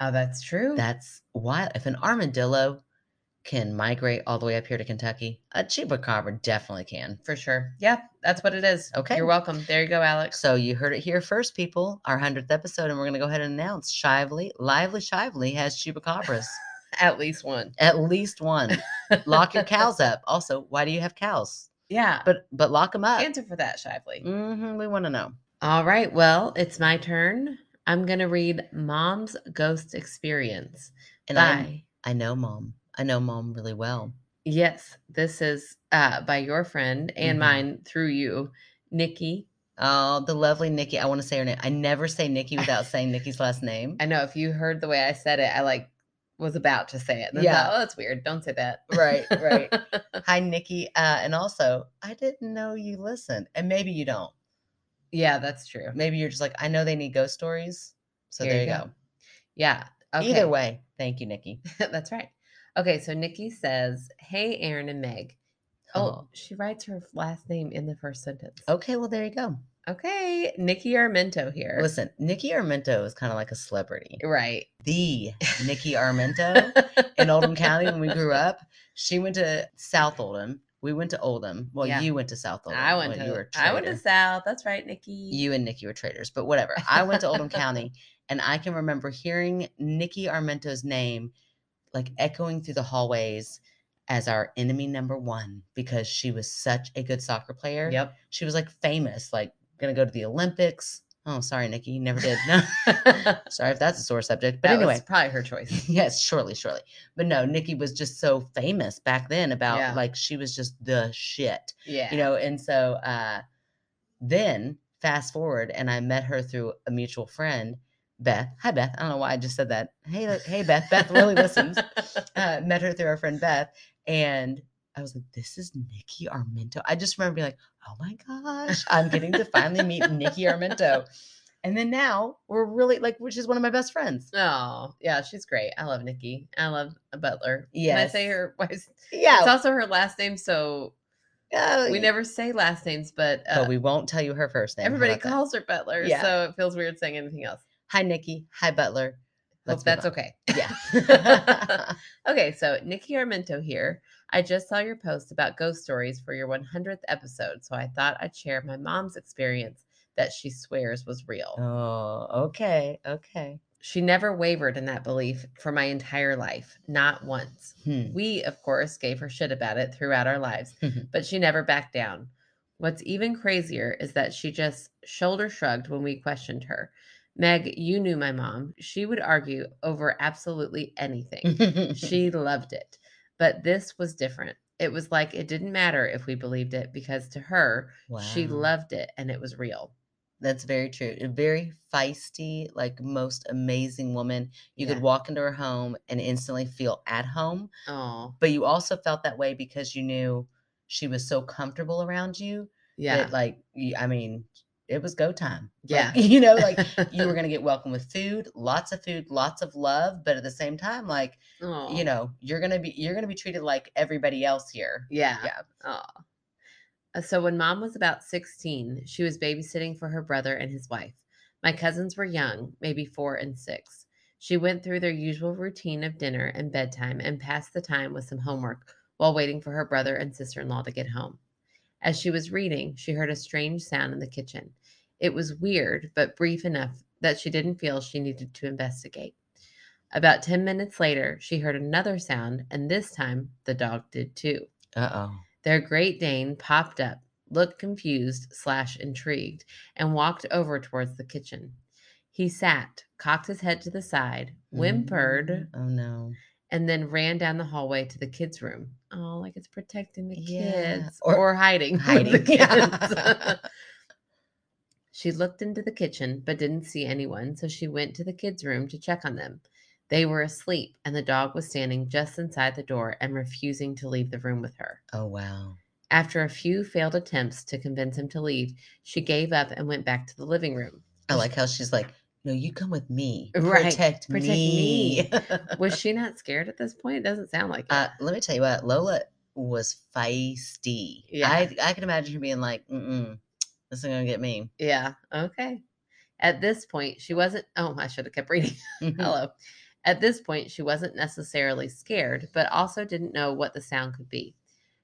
[SPEAKER 2] oh, that's true.
[SPEAKER 1] That's why if an armadillo can migrate all the way up here to Kentucky, a chupacabra definitely can.
[SPEAKER 2] for sure. Yeah, that's what it is.
[SPEAKER 1] Okay.
[SPEAKER 2] You're welcome. There you go, Alex.
[SPEAKER 1] So you heard it here first, people. Our hundredth episode, and we're gonna go ahead and announce Shively, Lively Shively has chupacabras.
[SPEAKER 2] At least one.
[SPEAKER 1] At least one. Lock your cows up. Also, why do you have cows?
[SPEAKER 2] Yeah.
[SPEAKER 1] But but uh, lock them up.
[SPEAKER 2] Answer for that, Shively.
[SPEAKER 1] hmm we want to know.
[SPEAKER 2] All right. Well, it's my turn. I'm going to read Mom's Ghost Experience.
[SPEAKER 1] And I
[SPEAKER 2] by,
[SPEAKER 1] I know mom. I know mom really well.
[SPEAKER 2] yes, this is uh, by your friend and
[SPEAKER 1] Mhm.
[SPEAKER 2] mine through you, Nikki.
[SPEAKER 1] Oh, the lovely Nikki. I want to say her name. I never say Nikki without saying Nikki's last name.
[SPEAKER 2] I know if you heard the way I said it, I like was about to say it. And yeah.
[SPEAKER 1] Yeah.
[SPEAKER 2] oh, that's weird. Don't say that.
[SPEAKER 1] Right, right. Hi, Nikki. Uh, and also, I didn't know you listened. And maybe you don't.
[SPEAKER 2] yeah, that's true.
[SPEAKER 1] Maybe you're just like, I know they need ghost stories. So
[SPEAKER 2] Here
[SPEAKER 1] there
[SPEAKER 2] you
[SPEAKER 1] you
[SPEAKER 2] go.
[SPEAKER 1] go.
[SPEAKER 2] Yeah. Okay.
[SPEAKER 1] Either way, thank you, Nikki.
[SPEAKER 2] that's right. Okay. So Nikki says, Hey, Aaron and Meg. Oh,
[SPEAKER 1] Oh,
[SPEAKER 2] she writes her last name in the first sentence.
[SPEAKER 1] okay. Well, there you go.
[SPEAKER 2] Okay, Nikki Armento here.
[SPEAKER 1] Listen, Nikki Armento is kind of like a celebrity.
[SPEAKER 2] right.
[SPEAKER 1] The Nikki Armento in Oldham County when we grew up. She went to South Oldham. We went to Oldham. Well,
[SPEAKER 2] Yeah.
[SPEAKER 1] you went to South Oldham.
[SPEAKER 2] I went
[SPEAKER 1] when You were
[SPEAKER 2] to
[SPEAKER 1] a
[SPEAKER 2] I went to
[SPEAKER 1] traitor.
[SPEAKER 2] South. That's right, Nikki.
[SPEAKER 1] you and Nikki were traitors, but whatever. I went to Oldham County and I can remember hearing Nikki Armento's name like echoing through the hallways as our enemy number one because she was such a good soccer player.
[SPEAKER 2] Yep.
[SPEAKER 1] She was like famous, like gonna go to the Olympics. Oh, sorry, Nikki, you never did. No,
[SPEAKER 2] that
[SPEAKER 1] sorry if that's a sore subject. But
[SPEAKER 2] was
[SPEAKER 1] anyway,
[SPEAKER 2] probably her choice.
[SPEAKER 1] yes, surely, surely. But no, Nikki was just so famous back then about
[SPEAKER 2] Yeah.
[SPEAKER 1] like she was just the shit
[SPEAKER 2] Yeah.
[SPEAKER 1] you know and so uh then fast forward and i met her through a mutual friend beth hi beth i don't know why i just said that hey li- hey beth beth really listens uh, met her through our friend beth and i was like this is nikki armento i just remember being like oh my gosh i'm getting to finally meet nikki armento and then now we're really like which is one of my best friends
[SPEAKER 2] Oh, yeah, she's great. I love Nikki. I love Butler. Can I say
[SPEAKER 1] Yes. Oh.
[SPEAKER 2] her wife's it's
[SPEAKER 1] yeah Oh,
[SPEAKER 2] also her last name, so we never say last names, but, uh,
[SPEAKER 1] but we won't tell you her first name How
[SPEAKER 2] everybody
[SPEAKER 1] about that?
[SPEAKER 2] calls her Butler,
[SPEAKER 1] Yeah.
[SPEAKER 2] so it feels weird saying anything else.
[SPEAKER 1] hi nikki hi butler
[SPEAKER 2] Hope
[SPEAKER 1] move
[SPEAKER 2] that's
[SPEAKER 1] on.
[SPEAKER 2] okay.
[SPEAKER 1] yeah
[SPEAKER 2] Okay, so Nikki Armento here. I just saw your post about ghost stories for your 100th episode, so I thought I'd share my mom's experience that she swears was real.
[SPEAKER 1] Oh, okay, okay.
[SPEAKER 2] She never wavered in that belief for my entire life, not once.
[SPEAKER 1] Hmm.
[SPEAKER 2] We, of course, gave her shit about it throughout our lives,
[SPEAKER 1] Mm-hmm.
[SPEAKER 2] but she never backed down. What's even crazier is that she just shoulder shrugged when we questioned her. Meg, you knew my mom. She would argue over absolutely anything she loved it. But this was different. It was like it didn't matter if we believed it because to her, she
[SPEAKER 1] Wow.
[SPEAKER 2] loved it and it was real.
[SPEAKER 1] That's very true. A very feisty, like most amazing woman. You
[SPEAKER 2] Yeah.
[SPEAKER 1] could walk into her home and instantly feel at home,
[SPEAKER 2] Oh,
[SPEAKER 1] but you also felt that way because you knew she was so comfortable around you
[SPEAKER 2] yeah.
[SPEAKER 1] that, like, you, I mean, it was go time.
[SPEAKER 2] Yeah.
[SPEAKER 1] Like, you know, like you were going to get welcomed with food, lots of food, lots of love, but at the same time, like,
[SPEAKER 2] Aw,
[SPEAKER 1] you know, you're going to be you're going to be treated like everybody else here.
[SPEAKER 2] Yeah.
[SPEAKER 1] Yeah.
[SPEAKER 2] Aw. Uh, So when mom was about 16, she was babysitting for her brother and his wife. My cousins were young, maybe four and six. She went through their usual routine of dinner and bedtime and passed the time with some homework while waiting for her brother and sister in law to get home. As she was reading, she heard a strange sound in the kitchen. It was weird, but brief enough that she didn't feel she needed to investigate. About 10 minutes later, she heard another sound, and this time the dog did too.
[SPEAKER 1] Uh-oh.
[SPEAKER 2] Their Great Dane popped up, looked confused slash intrigued, and walked over towards the kitchen. He sat, cocked his head to the side, whimpered,
[SPEAKER 1] Oh no.
[SPEAKER 2] and then ran down the hallway to the kids' room. Oh, like it's protecting the
[SPEAKER 1] Yeah,
[SPEAKER 2] kids
[SPEAKER 1] or-
[SPEAKER 2] or, hiding, hiding
[SPEAKER 1] Hiding.
[SPEAKER 2] the kids. she looked into the kitchen but didn't see anyone, so she went to the kids' room to check on them. They were asleep, and the dog was standing just inside the door and refusing to leave the room with her.
[SPEAKER 1] oh wow.
[SPEAKER 2] After a few failed attempts to convince him to leave, she gave up and went back to the living room.
[SPEAKER 1] I like how she's like, no, you come with me.
[SPEAKER 2] Right,
[SPEAKER 1] Protect,
[SPEAKER 2] protect
[SPEAKER 1] me.
[SPEAKER 2] me. Was she not scared at this point? It doesn't sound like it.
[SPEAKER 1] uh, let me tell you what, Lola was feisty.
[SPEAKER 2] Yeah.
[SPEAKER 1] I, I can imagine her being like, mm-mm, this is going to get me.
[SPEAKER 2] Yeah. Okay. At this point, she wasn't. Oh, I should have kept reading.
[SPEAKER 1] Hmm.
[SPEAKER 2] Hello. At this point, she wasn't necessarily scared, but also didn't know what the sound could be.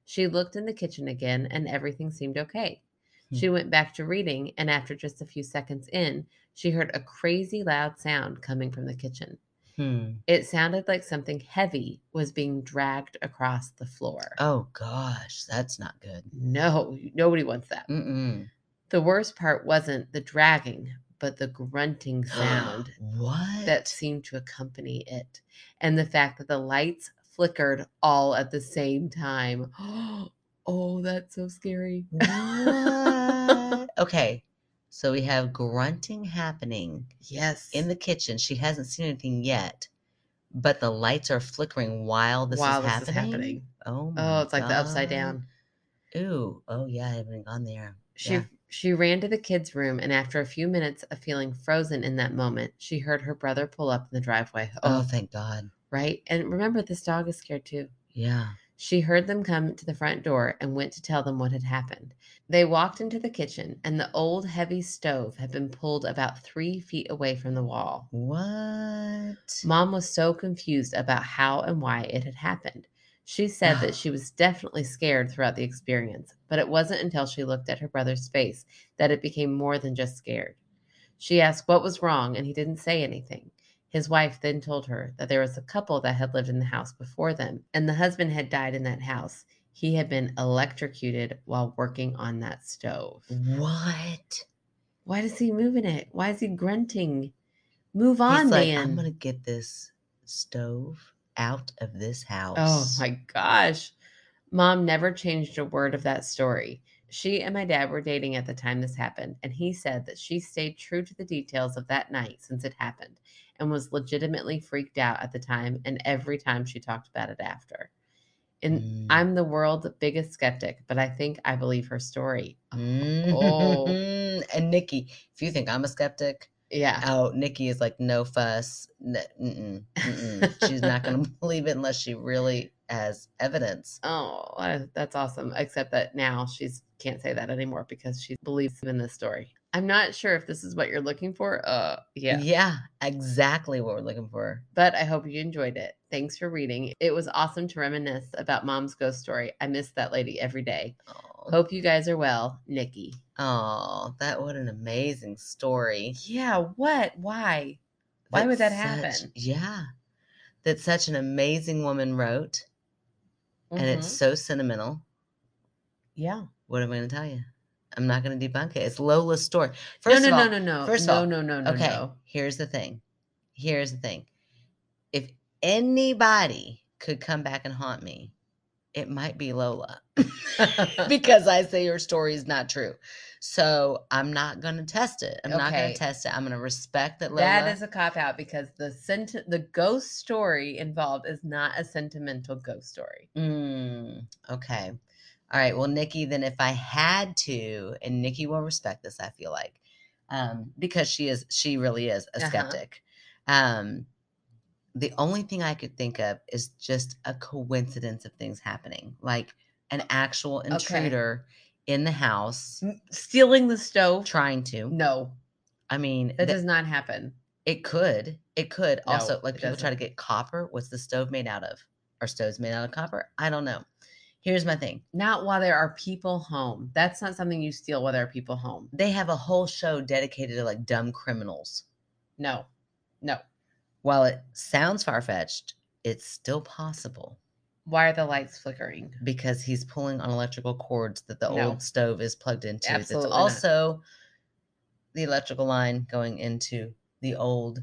[SPEAKER 2] She looked in the kitchen again, and everything seemed okay.
[SPEAKER 1] Hmm.
[SPEAKER 2] She went back to reading, and after just a few seconds in, she heard a crazy loud sound coming from the kitchen.
[SPEAKER 1] Hmm.
[SPEAKER 2] It sounded like something heavy was being dragged across the floor.
[SPEAKER 1] Oh gosh, that's not good.
[SPEAKER 2] No, nobody wants that.
[SPEAKER 1] Mm-mm.
[SPEAKER 2] The worst part wasn't the dragging, but the grunting sound
[SPEAKER 1] what?
[SPEAKER 2] that seemed to accompany it, and the fact that the lights flickered all at the same time. Oh, that's so scary.
[SPEAKER 1] What? okay. So we have grunting happening
[SPEAKER 2] Yes.
[SPEAKER 1] in the kitchen. She hasn't seen anything yet, but the lights are flickering while this,
[SPEAKER 2] While
[SPEAKER 1] is,
[SPEAKER 2] this is
[SPEAKER 1] happening?
[SPEAKER 2] happening.
[SPEAKER 1] Oh my
[SPEAKER 2] oh, it's like the upside
[SPEAKER 1] God.
[SPEAKER 2] down.
[SPEAKER 1] Ooh. Oh yeah, I haven't gone there.
[SPEAKER 2] She
[SPEAKER 1] Yeah.
[SPEAKER 2] she ran to the kids' room, and after a few minutes of feeling frozen in that moment, she heard her brother pull up in the driveway.
[SPEAKER 1] Oh,
[SPEAKER 2] Oh,
[SPEAKER 1] thank God.
[SPEAKER 2] right. And remember, this dog is scared too.
[SPEAKER 1] Yeah.
[SPEAKER 2] She heard them come to the front door and went to tell them what had happened. They walked into the kitchen, and the old heavy stove had been pulled about three feet away from the wall.
[SPEAKER 1] What?
[SPEAKER 2] Mom was so confused about how and why it had happened. She said that she was definitely scared throughout the experience, but it wasn't until she looked at her brother's face that it became more than just scared. She asked what was wrong, and he didn't say anything. His wife then told her that there was a couple that had lived in the house before them, and the husband had died in that house. He had been electrocuted while working on that stove.
[SPEAKER 1] Mm. What?
[SPEAKER 2] Why does he move in it? Why is he grunting? Move on,
[SPEAKER 1] He's like,
[SPEAKER 2] man.
[SPEAKER 1] I'm gonna get this stove out of this house.
[SPEAKER 2] Oh my gosh. Mom never changed a word of that story. She and my dad were dating at the time this happened, and he said that she stayed true to the details of that night since it happened and was legitimately freaked out at the time and every time she talked about it after. And
[SPEAKER 1] Mm.
[SPEAKER 2] I'm the world's biggest skeptic, but I think I believe her story.
[SPEAKER 1] Oh. and Nikki, if you think I'm a skeptic,
[SPEAKER 2] Yeah.
[SPEAKER 1] oh, Nikki is like no fuss. N- mm-mm, mm-mm. She's not going to believe it unless she really has evidence.
[SPEAKER 2] Oh, uh, that's awesome. Except that now she's can't say that anymore because she believes in this story. I'm not sure if this is what you're looking for. Uh, yeah.
[SPEAKER 1] exactly what we're looking for.
[SPEAKER 2] But I hope you enjoyed it. Thanks for reading. It was awesome to reminisce about mom's ghost story. I miss that lady every day.
[SPEAKER 1] Oh,
[SPEAKER 2] Hope you guys are well. Nikki.
[SPEAKER 1] that what an amazing story.
[SPEAKER 2] Yeah, what? Why? Why would that
[SPEAKER 1] such-
[SPEAKER 2] happen?
[SPEAKER 1] yeah. That such an amazing woman wrote, and it's
[SPEAKER 2] Mhm.
[SPEAKER 1] so sentimental.
[SPEAKER 2] yeah.
[SPEAKER 1] What am I going to tell you? I'm not going to debunk it. It's Lola's story.
[SPEAKER 2] No,
[SPEAKER 1] First
[SPEAKER 2] no,
[SPEAKER 1] of all,
[SPEAKER 2] no, no, no.
[SPEAKER 1] first of
[SPEAKER 2] no,
[SPEAKER 1] all,
[SPEAKER 2] no, no, no,
[SPEAKER 1] okay,
[SPEAKER 2] no.
[SPEAKER 1] here's the thing. Here's the thing. If anybody could come back and haunt me, it might be Lola because I say her story is not true. So I'm not going to test it. I'm not going
[SPEAKER 2] Okay.
[SPEAKER 1] to test it. I'm going to respect that Lola.
[SPEAKER 2] That is a cop out because the sent the ghost story involved is not a sentimental ghost story.
[SPEAKER 1] Mm, okay. All right. Well, Nikki, then if I had to, and Nikki will respect this, I feel like, um, because she is, she really is a
[SPEAKER 2] Uh-huh.
[SPEAKER 1] skeptic. Um, the only thing I could think of is just a coincidence of things happening, like an actual intruder in the house
[SPEAKER 2] M- Stealing the stove?
[SPEAKER 1] trying to.
[SPEAKER 2] No,
[SPEAKER 1] I mean,
[SPEAKER 2] that
[SPEAKER 1] th-
[SPEAKER 2] does not happen.
[SPEAKER 1] it could. It could also
[SPEAKER 2] No,
[SPEAKER 1] like
[SPEAKER 2] it
[SPEAKER 1] people try to
[SPEAKER 2] doesn't.
[SPEAKER 1] get copper. What's the stove made out of? Are stoves made out of copper? I don't know. Here's my thing.
[SPEAKER 2] Not while there are people home. That's not something you steal while there are people home.
[SPEAKER 1] they have a whole show dedicated to like dumb criminals.
[SPEAKER 2] No, no.
[SPEAKER 1] While it sounds far fetched, it's still possible
[SPEAKER 2] Why are the lights flickering?
[SPEAKER 1] because he's pulling on electrical cords that the
[SPEAKER 2] No.
[SPEAKER 1] old stove is plugged into. That's
[SPEAKER 2] Absolutely not.
[SPEAKER 1] also the electrical line going into the the old.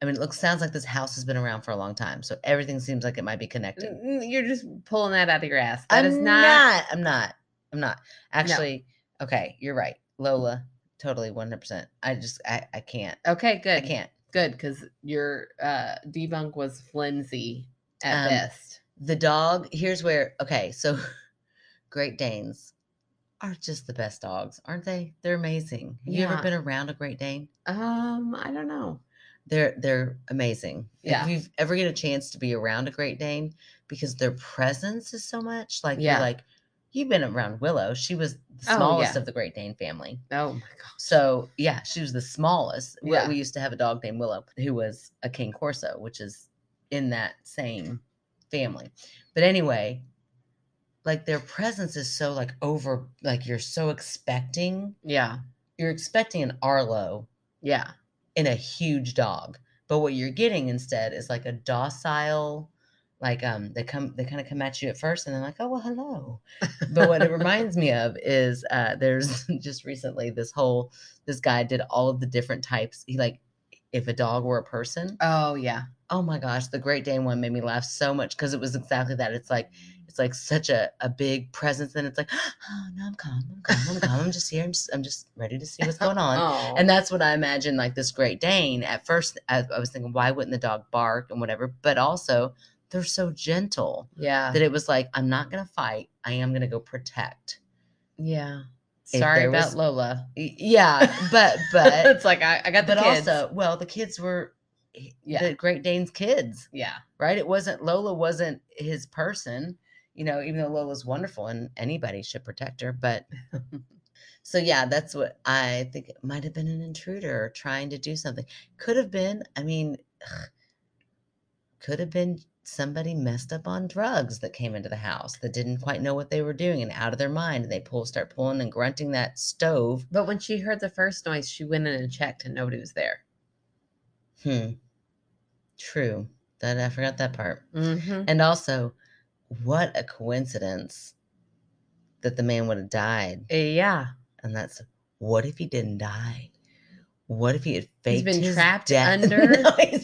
[SPEAKER 1] I mean, it looks sounds like this house has been around for a long time, so everything seems like it might be connected.
[SPEAKER 2] Mm, You're just pulling that out of your ass. That is
[SPEAKER 1] I'm
[SPEAKER 2] not,
[SPEAKER 1] I'm not. I'm not. Actually, okay, you're right, Lola. Totally, one hundred percent. I just, I, I can't.
[SPEAKER 2] okay. Good.
[SPEAKER 1] I can't.
[SPEAKER 2] Good, because your uh, debunk was flimsy at
[SPEAKER 1] Um,
[SPEAKER 2] best.
[SPEAKER 1] The dog. Here's where. Okay, so Great Danes are just the best dogs, aren't they? They're amazing. Have you
[SPEAKER 2] Yeah.
[SPEAKER 1] ever been around a Great Dane?
[SPEAKER 2] Um, I don't know.
[SPEAKER 1] They're they're amazing.
[SPEAKER 2] Yeah.
[SPEAKER 1] If you've ever get a chance to be around a Great Dane, because their presence is so much, like
[SPEAKER 2] Yeah.
[SPEAKER 1] you're like, you've been around Willow. She was the
[SPEAKER 2] Oh,
[SPEAKER 1] smallest
[SPEAKER 2] yeah.
[SPEAKER 1] of the Great Dane family.
[SPEAKER 2] Oh my god.
[SPEAKER 1] So yeah, she was the smallest. We,
[SPEAKER 2] Yeah.
[SPEAKER 1] we used to have a dog named Willow who was a King Corso, which is in that same family. But anyway, like their presence is so like over, like you're so expecting,
[SPEAKER 2] Yeah.
[SPEAKER 1] you're expecting an Arlo
[SPEAKER 2] Yeah.
[SPEAKER 1] in a huge dog. But what you're getting instead is like a docile, like um they come they kind of come at you at first and they're like, oh well hello. But what it reminds me of is uh there's just recently this whole this guy did all of the different types. He like if a dog were a person,
[SPEAKER 2] Oh yeah.
[SPEAKER 1] oh my gosh, the Great Dane one made me laugh so much because it was exactly that. It's like it's like such a, a big presence, and it's like, oh no, I'm calm, I'm calm, I'm calm. I'm just here. I'm just I'm just ready to see what's going on.
[SPEAKER 2] Oh.
[SPEAKER 1] And that's what I imagine, like this Great Dane. At first, I, I was thinking, why wouldn't the dog bark and whatever? But also, they're so gentle
[SPEAKER 2] yeah.
[SPEAKER 1] that it was like, I'm not going to fight. I am going to go protect.
[SPEAKER 2] yeah.
[SPEAKER 1] if
[SPEAKER 2] Sorry
[SPEAKER 1] there
[SPEAKER 2] about
[SPEAKER 1] was-
[SPEAKER 2] Lola.
[SPEAKER 1] Y- Yeah, but but
[SPEAKER 2] it's like I, I got the
[SPEAKER 1] but
[SPEAKER 2] kids.
[SPEAKER 1] also, well, the kids were h-
[SPEAKER 2] Yeah.
[SPEAKER 1] the Great Dane's kids,
[SPEAKER 2] yeah.
[SPEAKER 1] right? It wasn't Lola wasn't his person, you know. Even though Lola's wonderful and anybody should protect her, but So yeah, that's what I think it might have been an intruder trying to do something. Could have been, I mean, ugh, could have been somebody messed up on drugs that came into the house that didn't quite know what they were doing and out of their mind and they pull start pulling and grunting that stove.
[SPEAKER 2] But when she heard the first noise, she went in and checked, and nobody was there.
[SPEAKER 1] Hmm. True. That I forgot that part.
[SPEAKER 2] Mm-hmm.
[SPEAKER 1] And also, what a coincidence that the man would have died.
[SPEAKER 2] Eh, Yeah,
[SPEAKER 1] And that's what if he didn't die? What if he had faked
[SPEAKER 2] been
[SPEAKER 1] his
[SPEAKER 2] trapped
[SPEAKER 1] death?
[SPEAKER 2] under
[SPEAKER 1] he's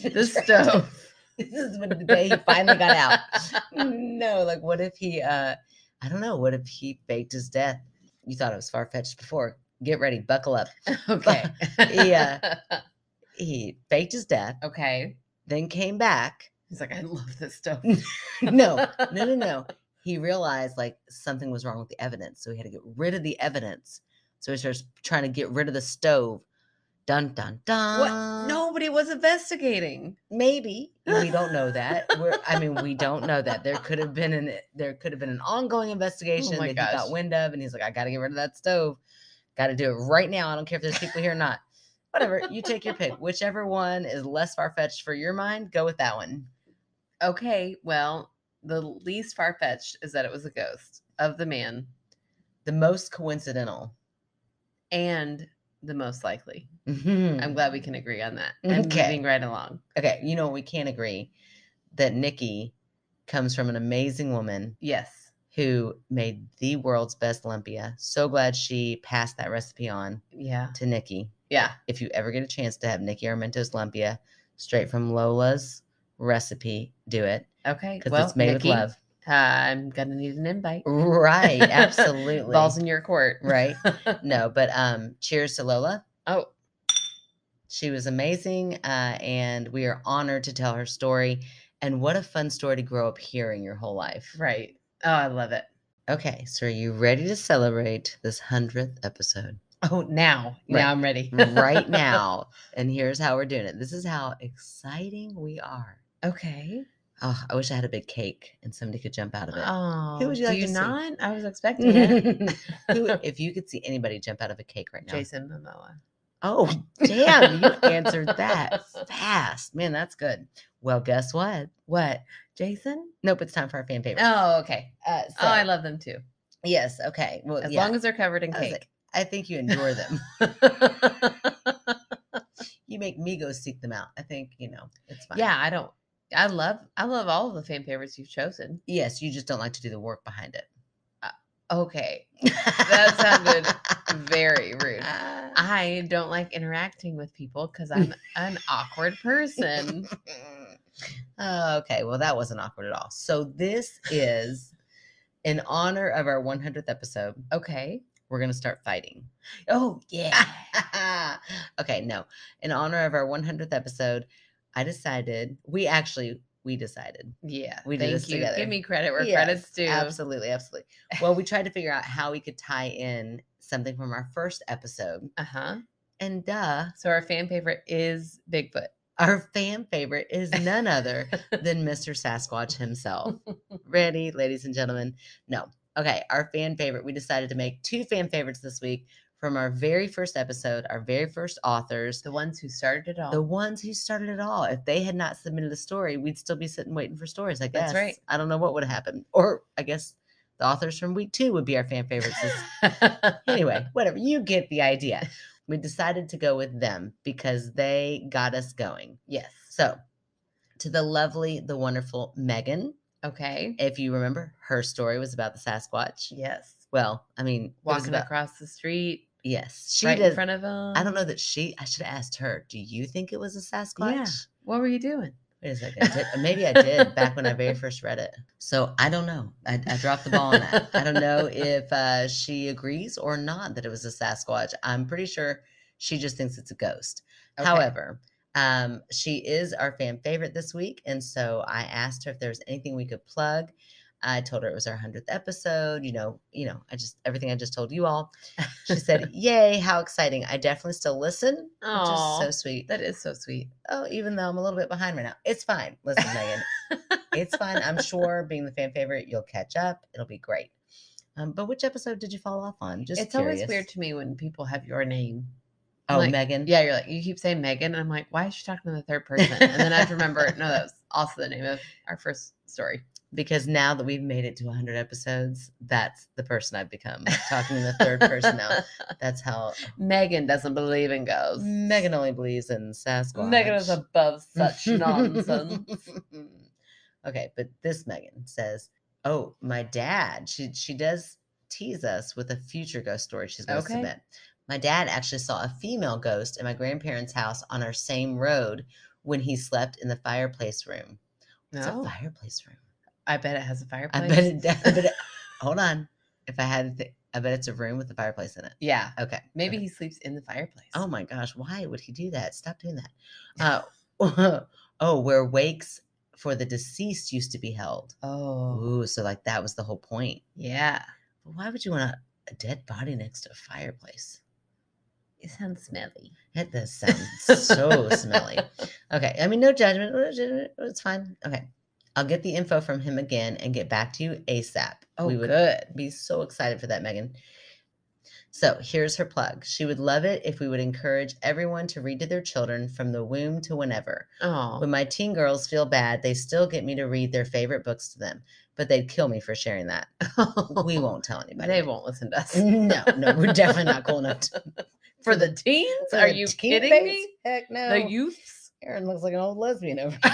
[SPEAKER 1] been
[SPEAKER 2] the
[SPEAKER 1] trapped-
[SPEAKER 2] stove.
[SPEAKER 1] This is when the day he finally got out. No, like what if he? uh I don't know. What if he faked his death? You thought it was far fetched before. Get ready, buckle up.
[SPEAKER 2] okay.
[SPEAKER 1] Yeah. He faked his death,
[SPEAKER 2] Okay.
[SPEAKER 1] then came back.
[SPEAKER 2] He's like, I love this stove.
[SPEAKER 1] No, no, no, no. He realized like something was wrong with the evidence, so he had to get rid of the evidence. So he starts trying to get rid of the stove. Dun dun dun.
[SPEAKER 2] What? Nobody was investigating.
[SPEAKER 1] maybe we don't know that We're, i mean we don't know that there could have been an there could have been an ongoing investigation
[SPEAKER 2] Oh
[SPEAKER 1] that
[SPEAKER 2] my
[SPEAKER 1] he
[SPEAKER 2] gosh.
[SPEAKER 1] got wind of and he's like i gotta get rid of that stove gotta do it right now i don't care if there's people here or not whatever you take your pick whichever one is less far-fetched for your mind go with that one
[SPEAKER 2] Okay. Well, the least far fetched is that it was a ghost of the man
[SPEAKER 1] the most coincidental
[SPEAKER 2] and the most likely. I'm
[SPEAKER 1] Mhm.
[SPEAKER 2] glad we can agree on that. I'm
[SPEAKER 1] Okay.
[SPEAKER 2] moving right along.
[SPEAKER 1] okay you know we can't agree that nikki comes from an amazing woman
[SPEAKER 2] Yes.
[SPEAKER 1] who made the world's best lumpia so glad she passed that recipe on
[SPEAKER 2] Yeah.
[SPEAKER 1] to nikki
[SPEAKER 2] Yeah.
[SPEAKER 1] if you ever get a chance to have Nikki Armento's lumpia straight from Lola's recipe, do it
[SPEAKER 2] Okay.
[SPEAKER 1] because
[SPEAKER 2] well,
[SPEAKER 1] it's made
[SPEAKER 2] Nikki,
[SPEAKER 1] with love.
[SPEAKER 2] Uh, I'm gonna need an invite.
[SPEAKER 1] Right, absolutely.
[SPEAKER 2] Balls in your court.
[SPEAKER 1] right. No, but um, cheers to Lola.
[SPEAKER 2] Oh,
[SPEAKER 1] She was amazing, uh, and we are honored to tell her story. And what a fun story to grow up hearing your whole life.
[SPEAKER 2] right. Oh, I love it.
[SPEAKER 1] Okay, so are you ready to celebrate this hundredth episode
[SPEAKER 2] Oh, now,
[SPEAKER 1] Right.
[SPEAKER 2] now I'm ready.
[SPEAKER 1] right now? and here's how we're doing it. This is how exciting we are.
[SPEAKER 2] Okay.
[SPEAKER 1] Oh, I wish I had a big cake and somebody could jump out of it.
[SPEAKER 2] Oh,
[SPEAKER 1] would you like
[SPEAKER 2] do you
[SPEAKER 1] to see?
[SPEAKER 2] not? I was expecting it.
[SPEAKER 1] Who, if you could see anybody jump out of a cake right now.
[SPEAKER 2] Jason Momoa.
[SPEAKER 1] Oh, damn, you answered that fast. Man, that's good. Well, guess what? What?
[SPEAKER 2] Jason?
[SPEAKER 1] Nope, it's time for our fan favorite.
[SPEAKER 2] Oh, okay.
[SPEAKER 1] Uh, so,
[SPEAKER 2] oh, I love them too.
[SPEAKER 1] yes, okay. Well,
[SPEAKER 2] As
[SPEAKER 1] yeah,
[SPEAKER 2] long as they're covered in
[SPEAKER 1] I was like,
[SPEAKER 2] cake.
[SPEAKER 1] I think you endure them. you make me go seek them out. I think, you know, it's fine.
[SPEAKER 2] yeah, I don't. I love. I love all of the fan favorites you've chosen.
[SPEAKER 1] Yes, you just don't like to do the work behind it.
[SPEAKER 2] Okay, That sounded very rude. I don't like interacting with people because I'm an awkward person.
[SPEAKER 1] okay, well, that wasn't awkward at all. So, this is in honor of our 100th episode,
[SPEAKER 2] Okay.
[SPEAKER 1] we're going to start fighting.
[SPEAKER 2] Oh yeah.
[SPEAKER 1] okay, no. In honor of our 100th episode, I decided, we actually, we decided.
[SPEAKER 2] Yeah.
[SPEAKER 1] We
[SPEAKER 2] We
[SPEAKER 1] do
[SPEAKER 2] Thank
[SPEAKER 1] this
[SPEAKER 2] you.
[SPEAKER 1] together.
[SPEAKER 2] Give me credit where
[SPEAKER 1] Yes,
[SPEAKER 2] credit's due.
[SPEAKER 1] Absolutely, absolutely. Well, we tried to figure out how we could tie in something from our first episode.
[SPEAKER 2] Uh huh.
[SPEAKER 1] And duh,
[SPEAKER 2] So our fan favorite is Bigfoot.
[SPEAKER 1] our fan favorite is none other than Mr. Sasquatch himself. Ready, ladies and gentlemen? No. Okay, our fan favorite. We decided to make two fan favorites this week from our very first episode, our very first authors,
[SPEAKER 2] The ones who started it all.
[SPEAKER 1] the ones who started it all. If they had not submitted a story, we'd still be sitting waiting for stories, I guess.
[SPEAKER 2] That's right.
[SPEAKER 1] I don't know what would have happened. Or I guess the authors from week two would be our fan favorites this anyway, whatever. You get the idea. We decided to go with them because they got us going.
[SPEAKER 2] yes.
[SPEAKER 1] So, to the lovely, the wonderful Megan,
[SPEAKER 2] Okay.
[SPEAKER 1] if you remember, her story was about the Sasquatch.
[SPEAKER 2] Yes.
[SPEAKER 1] Well, I mean, it was
[SPEAKER 2] Walking
[SPEAKER 1] about-
[SPEAKER 2] across the street,
[SPEAKER 1] Yes, she
[SPEAKER 2] right
[SPEAKER 1] did.
[SPEAKER 2] in front of them.
[SPEAKER 1] I don't know that she. I should have asked her. Do you think it was a Sasquatch?
[SPEAKER 2] What were you doing?
[SPEAKER 1] Wait a second. did- maybe I did back when I very first read it. So I don't know. I, I dropped the ball on that. I don't know if uh, she agrees or not that it was a Sasquatch. I'm pretty sure she just thinks it's a ghost.
[SPEAKER 2] Okay.
[SPEAKER 1] However, um, she is our fan favorite this week. And so I asked her if there was anything we could plug. I told her it was our 100th episode, you know, you know, I just everything I just told you all. She said, "Yay, how exciting. I definitely still listen." Which is
[SPEAKER 2] Aw,
[SPEAKER 1] so sweet.
[SPEAKER 2] that is so sweet.
[SPEAKER 1] Oh, even though I'm a little bit behind right now. It's fine. Listen, Megan, it's fine. I'm sure being the fan favorite, you'll catch up. It'll be great. Um, but which episode did you fall off on? Just
[SPEAKER 2] it's always
[SPEAKER 1] curious.
[SPEAKER 2] weird to me when people have your name.
[SPEAKER 1] Oh,
[SPEAKER 2] like,
[SPEAKER 1] Megan.
[SPEAKER 2] Yeah, you're like you keep saying Megan, and I'm like, why is she talking in the third person? And then I have to remember, no, that was also the name of our first story.
[SPEAKER 1] Because now that we've made it to 100 episodes, that's the person I've become. Talking in the third person now. That's how
[SPEAKER 2] Megan doesn't believe in ghosts.
[SPEAKER 1] Megan only believes in Sasquatch.
[SPEAKER 2] Megan is above such nonsense.
[SPEAKER 1] okay, but this Megan says, "Oh, my dad." She she does tease us with a future ghost story she's going to
[SPEAKER 2] Okay.
[SPEAKER 1] submit. My dad actually saw a female ghost in my grandparents' house on our same road when he slept in the fireplace room. It's a
[SPEAKER 2] No,
[SPEAKER 1] fireplace room.
[SPEAKER 2] I bet it has a
[SPEAKER 1] I
[SPEAKER 2] fireplace.
[SPEAKER 1] bet it. I bet it hold on. If I had, to thi- I bet it's a room with a fireplace in it.
[SPEAKER 2] Yeah,
[SPEAKER 1] Okay.
[SPEAKER 2] maybe
[SPEAKER 1] okay.
[SPEAKER 2] he sleeps in the fireplace.
[SPEAKER 1] Oh my gosh, why would he do that? Stop doing that. Uh, oh, where wakes for the deceased used to be held.
[SPEAKER 2] oh,
[SPEAKER 1] Ooh, so like that was the whole point.
[SPEAKER 2] yeah.
[SPEAKER 1] But why would you want a, a dead body next to a fireplace?
[SPEAKER 2] It sounds smelly.
[SPEAKER 1] That does sound so smelly. Okay, I mean, no judgment. no judgment, It's fine. Okay, I'll get the info from him again and get back to you ASAP.
[SPEAKER 2] Oh,
[SPEAKER 1] we would
[SPEAKER 2] good.
[SPEAKER 1] be so excited for that, Megan. So here's her plug. She would love it if we would encourage everyone to read to their children from the womb to whenever. When
[SPEAKER 2] Oh,
[SPEAKER 1] my teen girls feel bad, they still get me to read their favorite books to them, but they'd kill me for sharing that. We won't tell anybody.
[SPEAKER 2] they won't listen to us.
[SPEAKER 1] No, no, we're definitely not cool enough. To,
[SPEAKER 2] For the teens?
[SPEAKER 1] for
[SPEAKER 2] Are
[SPEAKER 1] the
[SPEAKER 2] you
[SPEAKER 1] teen
[SPEAKER 2] kidding
[SPEAKER 1] face?
[SPEAKER 2] me?
[SPEAKER 1] Heck no.
[SPEAKER 2] The youths?
[SPEAKER 1] Aaron looks like an old lesbian over here.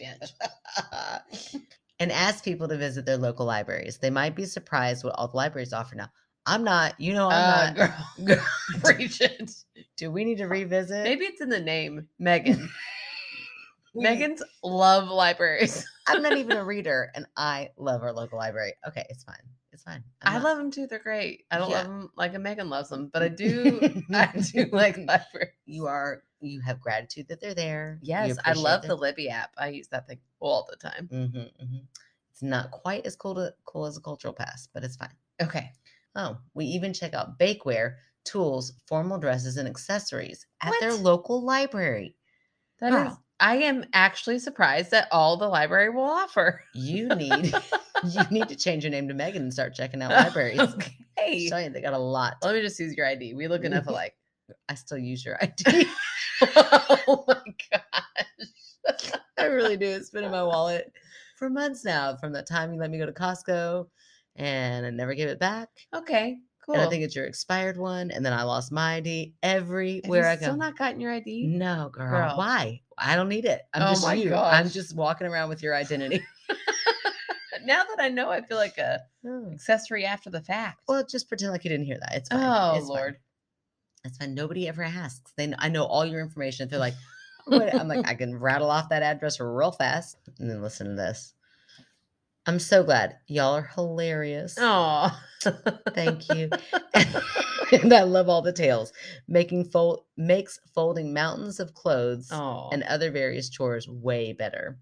[SPEAKER 2] Bitch.
[SPEAKER 1] and ask people to visit their local libraries. They might be surprised what all the libraries offer now. I'm not. You know, I'm
[SPEAKER 2] Uh,
[SPEAKER 1] not.
[SPEAKER 2] girl. Preach it.
[SPEAKER 1] Do we need to revisit?
[SPEAKER 2] Maybe it's in the name, Megan. Megan's love libraries.
[SPEAKER 1] I'm not even a reader, and I love our local library. Okay, it's fine. It's fine. I'm
[SPEAKER 2] I
[SPEAKER 1] not-
[SPEAKER 2] love them too. They're great. I don't
[SPEAKER 1] Yeah.
[SPEAKER 2] love them like a Megan loves them, but I do. I do like libraries.
[SPEAKER 1] you are you have gratitude that they're there. You
[SPEAKER 2] Yes, I
[SPEAKER 1] appreciate
[SPEAKER 2] love
[SPEAKER 1] their
[SPEAKER 2] the Libby app. I use that thing all the time.
[SPEAKER 1] Mhm,
[SPEAKER 2] mm-hmm.
[SPEAKER 1] mhm. It's not quite as cool to cool as a cultural pass, but it's fine.
[SPEAKER 2] Okay.
[SPEAKER 1] Oh, we even check out bakeware, tools, formal dresses, and accessories at their
[SPEAKER 2] What?
[SPEAKER 1] local library.
[SPEAKER 2] that is.
[SPEAKER 1] Girl.
[SPEAKER 2] I am actually surprised that all the library will offer.
[SPEAKER 1] You need you need to change your name to Megan and start checking out libraries.
[SPEAKER 2] okay.
[SPEAKER 1] Show you they got a lot.
[SPEAKER 2] Let me just use your ID. We look enough alike.
[SPEAKER 1] I still use your ID.
[SPEAKER 2] oh my gosh.
[SPEAKER 1] I really do. It's been in my wallet for months now. From the time you let me go to Costco, and I never gave it back.
[SPEAKER 2] Okay. Cool.
[SPEAKER 1] And I think it's your expired one. And then I lost my ID
[SPEAKER 2] Have
[SPEAKER 1] everywhere
[SPEAKER 2] you
[SPEAKER 1] I go.
[SPEAKER 2] still not gotten your ID?
[SPEAKER 1] No, girl.
[SPEAKER 2] Girl.
[SPEAKER 1] Why? I don't need it. I'm
[SPEAKER 2] Oh
[SPEAKER 1] just
[SPEAKER 2] my
[SPEAKER 1] you. I'm
[SPEAKER 2] gosh.
[SPEAKER 1] just walking around with your identity.
[SPEAKER 2] now that I know, I feel like a
[SPEAKER 1] Oh.
[SPEAKER 2] accessory after the fact.
[SPEAKER 1] Well, just pretend like you didn't hear that. It's fine.
[SPEAKER 2] oh
[SPEAKER 1] It's fine.
[SPEAKER 2] Lord,
[SPEAKER 1] It's fine. Nobody ever asks. They, kn- I know all your information. If they're like, what? I'm like, I can rattle off that address real fast and then listen to this. I'm so glad. Y'all are hilarious.
[SPEAKER 2] oh,
[SPEAKER 1] Thank you. and I love all the tales. Making fold makes folding mountains of clothes
[SPEAKER 2] oh,
[SPEAKER 1] and other various chores way better.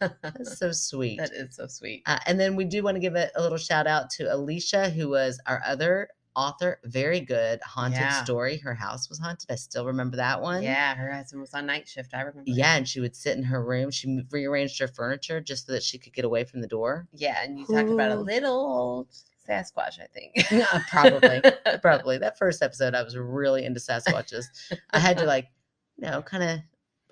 [SPEAKER 1] That's so sweet.
[SPEAKER 2] that is so sweet.
[SPEAKER 1] Uh, and then we do want to give a, a little shout out to Alicia, who was our other author. Very good haunted
[SPEAKER 2] Yeah.
[SPEAKER 1] story. Her house was haunted. I still remember that one.
[SPEAKER 2] Yeah, her husband was on night shift. I remember.
[SPEAKER 1] Yeah, and she would sit in her room. She m- rearranged her furniture just so that she could get away from the door.
[SPEAKER 2] yeah, and you talked about a
[SPEAKER 1] Who-
[SPEAKER 2] little old Sasquatch, I think.
[SPEAKER 1] Uh, probably, probably. That first episode, I was really into Sasquatches. I had to like, you know, kind of.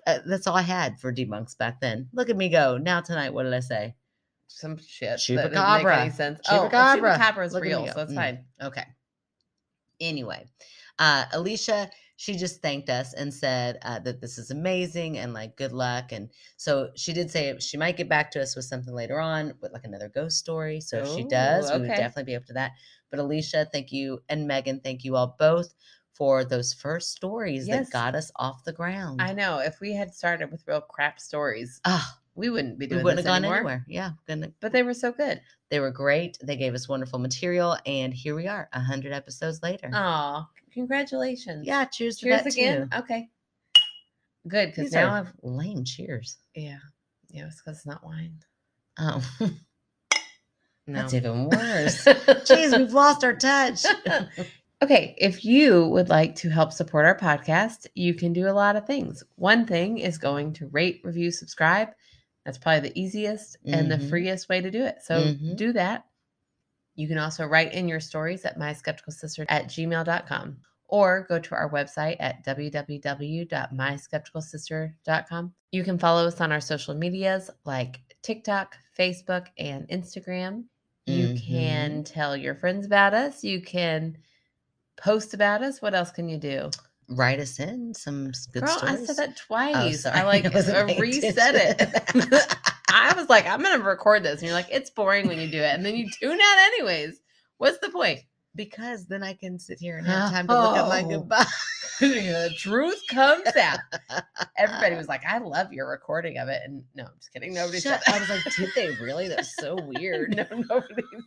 [SPEAKER 1] Uh, that's all I had for debunks back then. Look at me go. Now tonight, what did I say?
[SPEAKER 2] some shit. That doesn't make any
[SPEAKER 1] Chupacabra.
[SPEAKER 2] sense. Oh, well,
[SPEAKER 1] Chupacabra.
[SPEAKER 2] Chupacabra is
[SPEAKER 1] Look at me
[SPEAKER 2] real,
[SPEAKER 1] go.
[SPEAKER 2] so that's
[SPEAKER 1] Mm.
[SPEAKER 2] fine.
[SPEAKER 1] Okay. Anyway, uh, Alicia, she just thanked us and said uh, that this is amazing and like good luck. And so she did say she might get back to us with something later on with like another ghost story. So if she does,
[SPEAKER 2] Ooh,
[SPEAKER 1] we would
[SPEAKER 2] okay.
[SPEAKER 1] definitely be up to that. But Alicia, thank you. And Megan, thank you all both for those first stories
[SPEAKER 2] Yes.
[SPEAKER 1] that got us off the ground.
[SPEAKER 2] I know. If we had started with real crap stories,
[SPEAKER 1] Ah,
[SPEAKER 2] we wouldn't be
[SPEAKER 1] we
[SPEAKER 2] doing
[SPEAKER 1] wouldn't have
[SPEAKER 2] this
[SPEAKER 1] gone
[SPEAKER 2] anymore.
[SPEAKER 1] anywhere. Yeah. Gonna,
[SPEAKER 2] But they were so good.
[SPEAKER 1] they were great. They gave us wonderful material. And here we are, 100 episodes later.
[SPEAKER 2] Oh, congratulations.
[SPEAKER 1] Mm. Yeah, cheers, to
[SPEAKER 2] Cheers
[SPEAKER 1] that
[SPEAKER 2] again.
[SPEAKER 1] too.
[SPEAKER 2] Okay. Good, because
[SPEAKER 1] These
[SPEAKER 2] now
[SPEAKER 1] are
[SPEAKER 2] I've
[SPEAKER 1] lame cheers.
[SPEAKER 2] yeah. Yeah, it's because it's not wine.
[SPEAKER 1] Oh,
[SPEAKER 2] No.
[SPEAKER 1] that's even worse. Jeez, we've lost our touch.
[SPEAKER 2] Okay, if you would like to help support our podcast, you can do a lot of things. One thing is going to rate, review, subscribe. That's probably the easiest and the
[SPEAKER 1] Mhm.
[SPEAKER 2] freest way to do it. So
[SPEAKER 1] Mhm.
[SPEAKER 2] do that. You can also write in your stories at myskepticalsister at gmail.com or go to our website at www.myskepticalsister.com. You can follow us on our social medias like TikTok, Facebook, and Instagram. You
[SPEAKER 1] Mm-hmm.
[SPEAKER 2] can tell your friends about us. You can post about us. What else can you do?
[SPEAKER 1] write us in some s- good
[SPEAKER 2] Girl, I
[SPEAKER 1] stories.
[SPEAKER 2] said that
[SPEAKER 1] Oh,
[SPEAKER 2] twice.
[SPEAKER 1] sorry.
[SPEAKER 2] I like
[SPEAKER 1] wasn't
[SPEAKER 2] uh,
[SPEAKER 1] paying
[SPEAKER 2] reset
[SPEAKER 1] attention.
[SPEAKER 2] it. I was like, I'm gonna record this, and you're like, it's boring when you do it, and then you tune out anyways. What's the point?
[SPEAKER 1] because then I can sit here and have time to look at my
[SPEAKER 2] Oh.
[SPEAKER 1] goodbye.
[SPEAKER 2] the truth comes out. Everybody was like, I love your recording of it, and no, I'm just kidding. Nobody
[SPEAKER 1] Shut-
[SPEAKER 2] said
[SPEAKER 1] I was like, did they really? That's so weird.
[SPEAKER 2] no, nobody said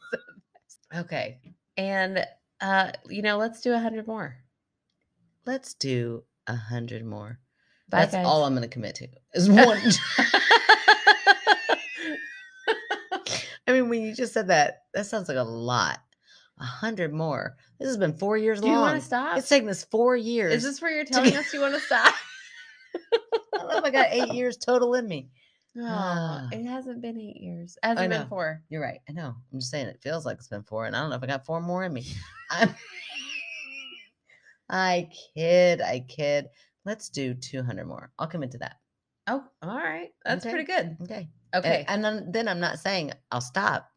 [SPEAKER 2] that. Okay, and uh, you know, let's do a hundred more.
[SPEAKER 1] Let's do a hundred more.
[SPEAKER 2] Bye,
[SPEAKER 1] That's
[SPEAKER 2] guys.
[SPEAKER 1] all I'm going to commit to is one. I mean, when you just said that, that sounds like a lot. A hundred more. This has been four years
[SPEAKER 2] Do you
[SPEAKER 1] long.
[SPEAKER 2] want to stop?
[SPEAKER 1] It's taken us four years.
[SPEAKER 2] Is this where you're telling
[SPEAKER 1] get-
[SPEAKER 2] us you want to stop?
[SPEAKER 1] I don't know if I got eight years total in me.
[SPEAKER 2] No,
[SPEAKER 1] Ah.
[SPEAKER 2] Oh, it hasn't been eight years. It hasn't
[SPEAKER 1] know.
[SPEAKER 2] been four.
[SPEAKER 1] You're right. I know. I'm just saying it feels like it's been four, and I don't know if I got four more in me. I'm I kid, I kid. Let's do 200 more. I'll commit to that.
[SPEAKER 2] Oh, all right. That's
[SPEAKER 1] Okay. Eh,
[SPEAKER 2] pretty good.
[SPEAKER 1] Okay. And-
[SPEAKER 2] Okay,
[SPEAKER 1] And, then, then I'm not saying I'll stop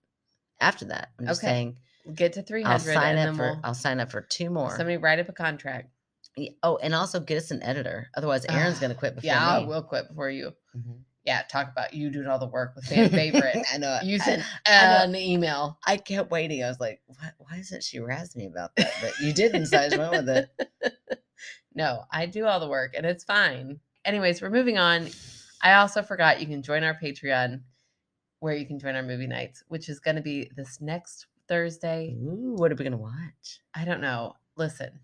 [SPEAKER 1] after that. I'm just
[SPEAKER 2] Okay.
[SPEAKER 1] saying
[SPEAKER 2] get to three
[SPEAKER 1] I'll
[SPEAKER 2] hundred.
[SPEAKER 1] sign
[SPEAKER 2] and
[SPEAKER 1] up
[SPEAKER 2] then
[SPEAKER 1] for
[SPEAKER 2] we'll,
[SPEAKER 1] I'll sign up for two more.
[SPEAKER 2] somebody write up a contract.
[SPEAKER 1] Y- Oh, and also get us an editor. Otherwise, Aaron's
[SPEAKER 2] Ah,
[SPEAKER 1] gonna quit before
[SPEAKER 2] Yeah,
[SPEAKER 1] me.
[SPEAKER 2] I will quit before you.
[SPEAKER 1] Mhm.
[SPEAKER 2] Yeah, talk about you doing all the work with fan favorite.
[SPEAKER 1] I know.
[SPEAKER 2] You
[SPEAKER 1] uh, I-
[SPEAKER 2] sent
[SPEAKER 1] I
[SPEAKER 2] an email.
[SPEAKER 1] I kept waiting. I was like, why, why isn't she razzing me about that? But you didn't, so I just went with it.
[SPEAKER 2] No, I do all the work and it's fine. Anyways, we're moving on. I also forgot you can join our Patreon where you can join our movie nights, which is going to be this next Thursday.
[SPEAKER 1] Ooh, what are we gonna watch?
[SPEAKER 2] I don't know. Listen,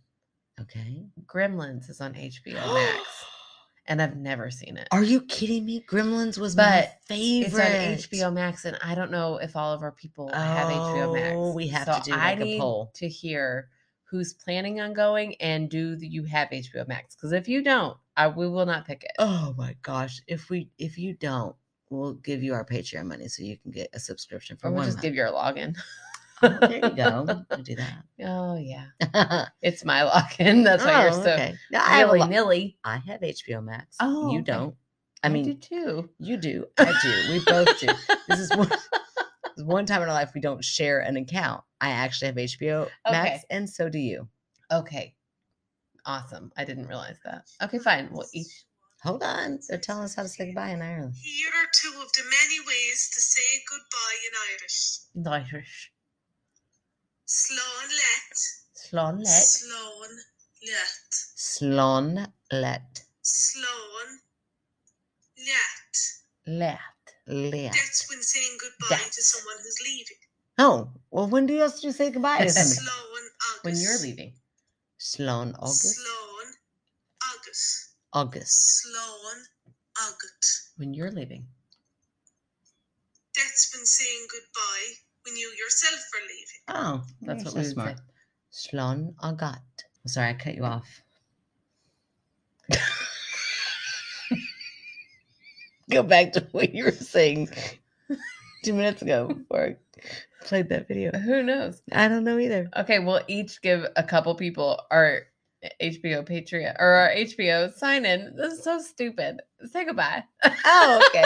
[SPEAKER 1] Okay.
[SPEAKER 2] Gremlins is on HBO Max and I've never seen it.
[SPEAKER 1] Are you kidding me? Gremlins was my
[SPEAKER 2] But
[SPEAKER 1] favorite.
[SPEAKER 2] It's on HBO Max and I don't know if all of our people have HBO Max.
[SPEAKER 1] Oh, we have to do
[SPEAKER 2] I
[SPEAKER 1] like a
[SPEAKER 2] need
[SPEAKER 1] poll.
[SPEAKER 2] to hear who's planning on going and do the- you have HBO Max? Because if you don't, I we will not pick it.
[SPEAKER 1] Oh my gosh! If we if you don't, we'll give you our Patreon money so you can get a subscription for
[SPEAKER 2] Or we'll
[SPEAKER 1] one
[SPEAKER 2] just give you our login.
[SPEAKER 1] month. Oh, there you go. We'll do
[SPEAKER 2] Oh yeah,
[SPEAKER 1] that.
[SPEAKER 2] it's my login. That's why you're
[SPEAKER 1] Oh,
[SPEAKER 2] so
[SPEAKER 1] okay. No, I have a
[SPEAKER 2] willy
[SPEAKER 1] lot-
[SPEAKER 2] nilly.
[SPEAKER 1] I have HBO Max.
[SPEAKER 2] Oh,
[SPEAKER 1] you
[SPEAKER 2] okay.
[SPEAKER 1] don't. I mean,
[SPEAKER 2] do too.
[SPEAKER 1] you do. I do. We both do. This is one, this is one time in our life we don't share an account. I actually have HBO Max,
[SPEAKER 2] Okay.
[SPEAKER 1] and so do you.
[SPEAKER 2] Okay, awesome. I didn't realize that. Okay, fine. We'll each
[SPEAKER 1] Hold on. They're telling us how to say goodbye in Ireland.
[SPEAKER 4] Here are two of the many ways to say goodbye in Irish.
[SPEAKER 2] In Irish.
[SPEAKER 4] Slán let,
[SPEAKER 2] Slánlet.
[SPEAKER 4] slán let,
[SPEAKER 1] Slán let.
[SPEAKER 4] slán let.
[SPEAKER 2] Let.
[SPEAKER 1] Let.
[SPEAKER 4] That's when saying goodbye to
[SPEAKER 2] That's-
[SPEAKER 4] someone who's leaving.
[SPEAKER 1] Oh, well, when do you else do you say goodbye to somebody?
[SPEAKER 4] Slán agus.
[SPEAKER 2] When you're leaving.
[SPEAKER 1] Slán August.
[SPEAKER 4] Slán agus.
[SPEAKER 1] August.
[SPEAKER 4] Slán agat.
[SPEAKER 2] When you're leaving.
[SPEAKER 4] That's when saying goodbye when you yourself are leaving.
[SPEAKER 1] Oh,
[SPEAKER 2] That's what
[SPEAKER 1] so
[SPEAKER 2] we would
[SPEAKER 1] smart. Slán Agat. Oh, Sorry, I cut you off. Go back to what you were saying two minutes ago before I played that video.
[SPEAKER 2] say. Who knows?
[SPEAKER 1] I don't know either.
[SPEAKER 2] Okay, we'll each give a couple people our HBO Patreon or our HBO sign in. This is so stupid. Say goodbye.
[SPEAKER 1] Oh, okay.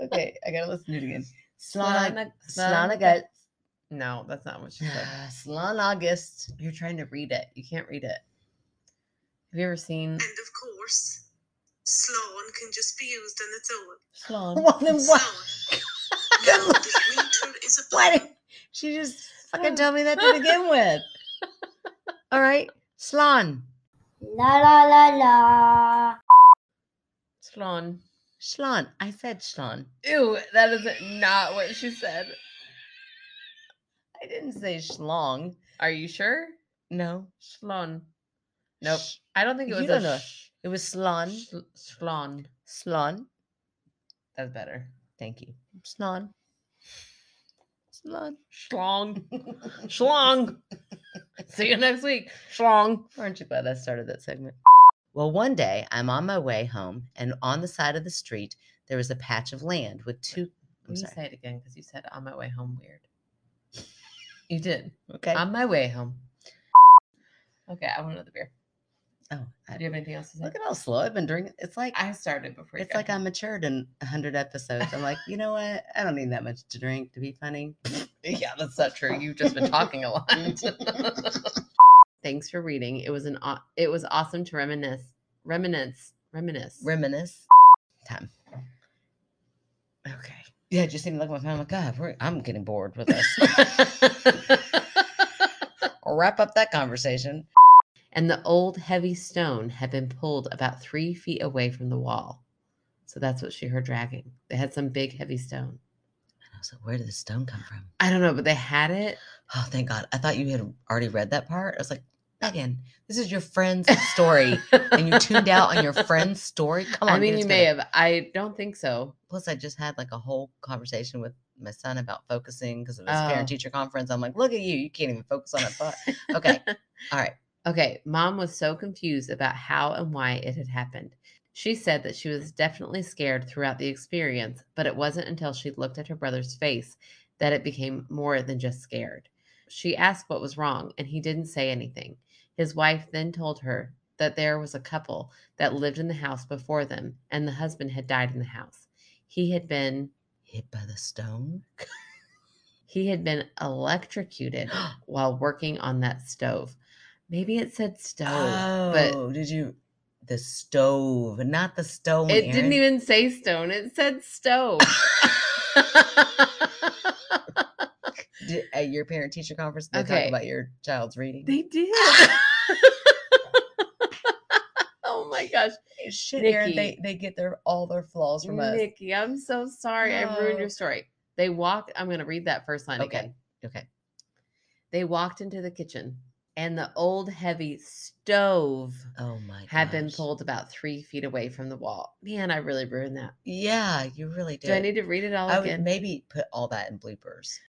[SPEAKER 2] Okay, I gotta listen to it again.
[SPEAKER 1] Slán
[SPEAKER 2] Slán- slán-
[SPEAKER 1] Agat.
[SPEAKER 2] No, that's not what she said.
[SPEAKER 1] Slán August.
[SPEAKER 2] You're trying to read it. You can't read it. Have you ever seen
[SPEAKER 4] And of course, slán can just be used on its own.
[SPEAKER 2] Slán?
[SPEAKER 1] Well, then why,
[SPEAKER 4] Slán. Now that winter is
[SPEAKER 1] why
[SPEAKER 4] upon
[SPEAKER 1] did she just fucking tell me that to begin with? All right, Slán.
[SPEAKER 5] La la la la.
[SPEAKER 2] Slán.
[SPEAKER 1] Schlon. I said Schlon.
[SPEAKER 2] Ew, that is not what she said.
[SPEAKER 1] I didn't say schlong.
[SPEAKER 2] Are you sure?
[SPEAKER 1] No.
[SPEAKER 2] Slán. Nope.
[SPEAKER 1] Sh-
[SPEAKER 2] I don't think it
[SPEAKER 1] You
[SPEAKER 2] was
[SPEAKER 1] don't know.
[SPEAKER 2] a sh-
[SPEAKER 1] It was slon.
[SPEAKER 2] sl- slán.
[SPEAKER 1] Slon.
[SPEAKER 2] That's better.
[SPEAKER 1] Thank you. Slon. Slon.
[SPEAKER 2] Schlong. Schlong. See you next week. Schlong.
[SPEAKER 1] Aren't you glad I started that segment? Well, one day I'm on my way home, and on the side of the street there was a patch of land with two. I'm
[SPEAKER 2] Will you
[SPEAKER 1] sorry.
[SPEAKER 2] say it again? Because you said on my way home weird. You did.
[SPEAKER 1] Okay.
[SPEAKER 2] On my way home. Okay, I want another beer.
[SPEAKER 1] oh,
[SPEAKER 2] Do
[SPEAKER 1] I,
[SPEAKER 2] you have anything else to say?
[SPEAKER 1] look at how slow I've been drinking. It's like
[SPEAKER 2] I started before you.
[SPEAKER 1] it's like I matured in 100 episodes. I'm like, you know what? I don't need that much to drink to be funny.
[SPEAKER 2] yeah, that's not true. You've just been talking a lot. Thanks for reading. It was an aw- it was awesome to reminisce, reminisce, reminisce.
[SPEAKER 1] reminisce time. Okay. Yeah, it just seemed like my phone. I'm like, God, we're, I'm getting bored with us. Wrap up that conversation.
[SPEAKER 2] and the old heavy stone had been pulled about three feet away from the wall. So that's what she heard dragging. They had some big heavy stone.
[SPEAKER 1] I was like, where did the stone come from?
[SPEAKER 2] I don't know, but they had it.
[SPEAKER 1] Oh, thank God. I thought you had already read that part. I was like, Megan, this is your friend's story. and you tuned out on your friend's story? Come on.
[SPEAKER 2] I mean,
[SPEAKER 1] get it
[SPEAKER 2] you may
[SPEAKER 1] together.
[SPEAKER 2] have. I don't think so.
[SPEAKER 1] Plus, I just had like a whole conversation with my son about focusing because it was parent
[SPEAKER 2] Oh.
[SPEAKER 1] teacher conference. I'm like, look at you. You can't even focus on a thought. Okay. All right.
[SPEAKER 2] Okay, mom was so confused about how and why it had happened. She said that she was definitely scared throughout the experience, but it wasn't until she looked at her brother's face that it became more than just scared. She asked what was wrong, and he didn't say anything. His wife then told her that there was a couple that lived in the house before them, and the husband had died in the house. He had been
[SPEAKER 1] Hit by the stone.
[SPEAKER 2] he had been electrocuted while working on that stove. Maybe it said stove, but
[SPEAKER 1] Oh, did you? The stove, not the stone.
[SPEAKER 2] It didn't
[SPEAKER 1] Erin.
[SPEAKER 2] even say stone. It said stove.
[SPEAKER 1] Did, at your parent teacher conference, they
[SPEAKER 2] Okay.
[SPEAKER 1] talk about your child's reading.
[SPEAKER 2] they did. oh my gosh,
[SPEAKER 1] Shit,
[SPEAKER 2] Nikki.
[SPEAKER 1] they get their all their flaws
[SPEAKER 2] Nikki, I'm so sorry. I ruined
[SPEAKER 1] No.
[SPEAKER 2] your story. They walked. I'm going to read that first line
[SPEAKER 1] Okay.
[SPEAKER 2] again.
[SPEAKER 1] Okay.
[SPEAKER 2] They walked into the kitchen, and the old heavy stove
[SPEAKER 1] Oh my.
[SPEAKER 2] had been
[SPEAKER 1] gosh.
[SPEAKER 2] pulled about three feet away from the wall. Man, I really ruined that.
[SPEAKER 1] Yeah, you really did.
[SPEAKER 2] Do I need to read it all
[SPEAKER 1] I would
[SPEAKER 2] again?
[SPEAKER 1] maybe put all that in bloopers.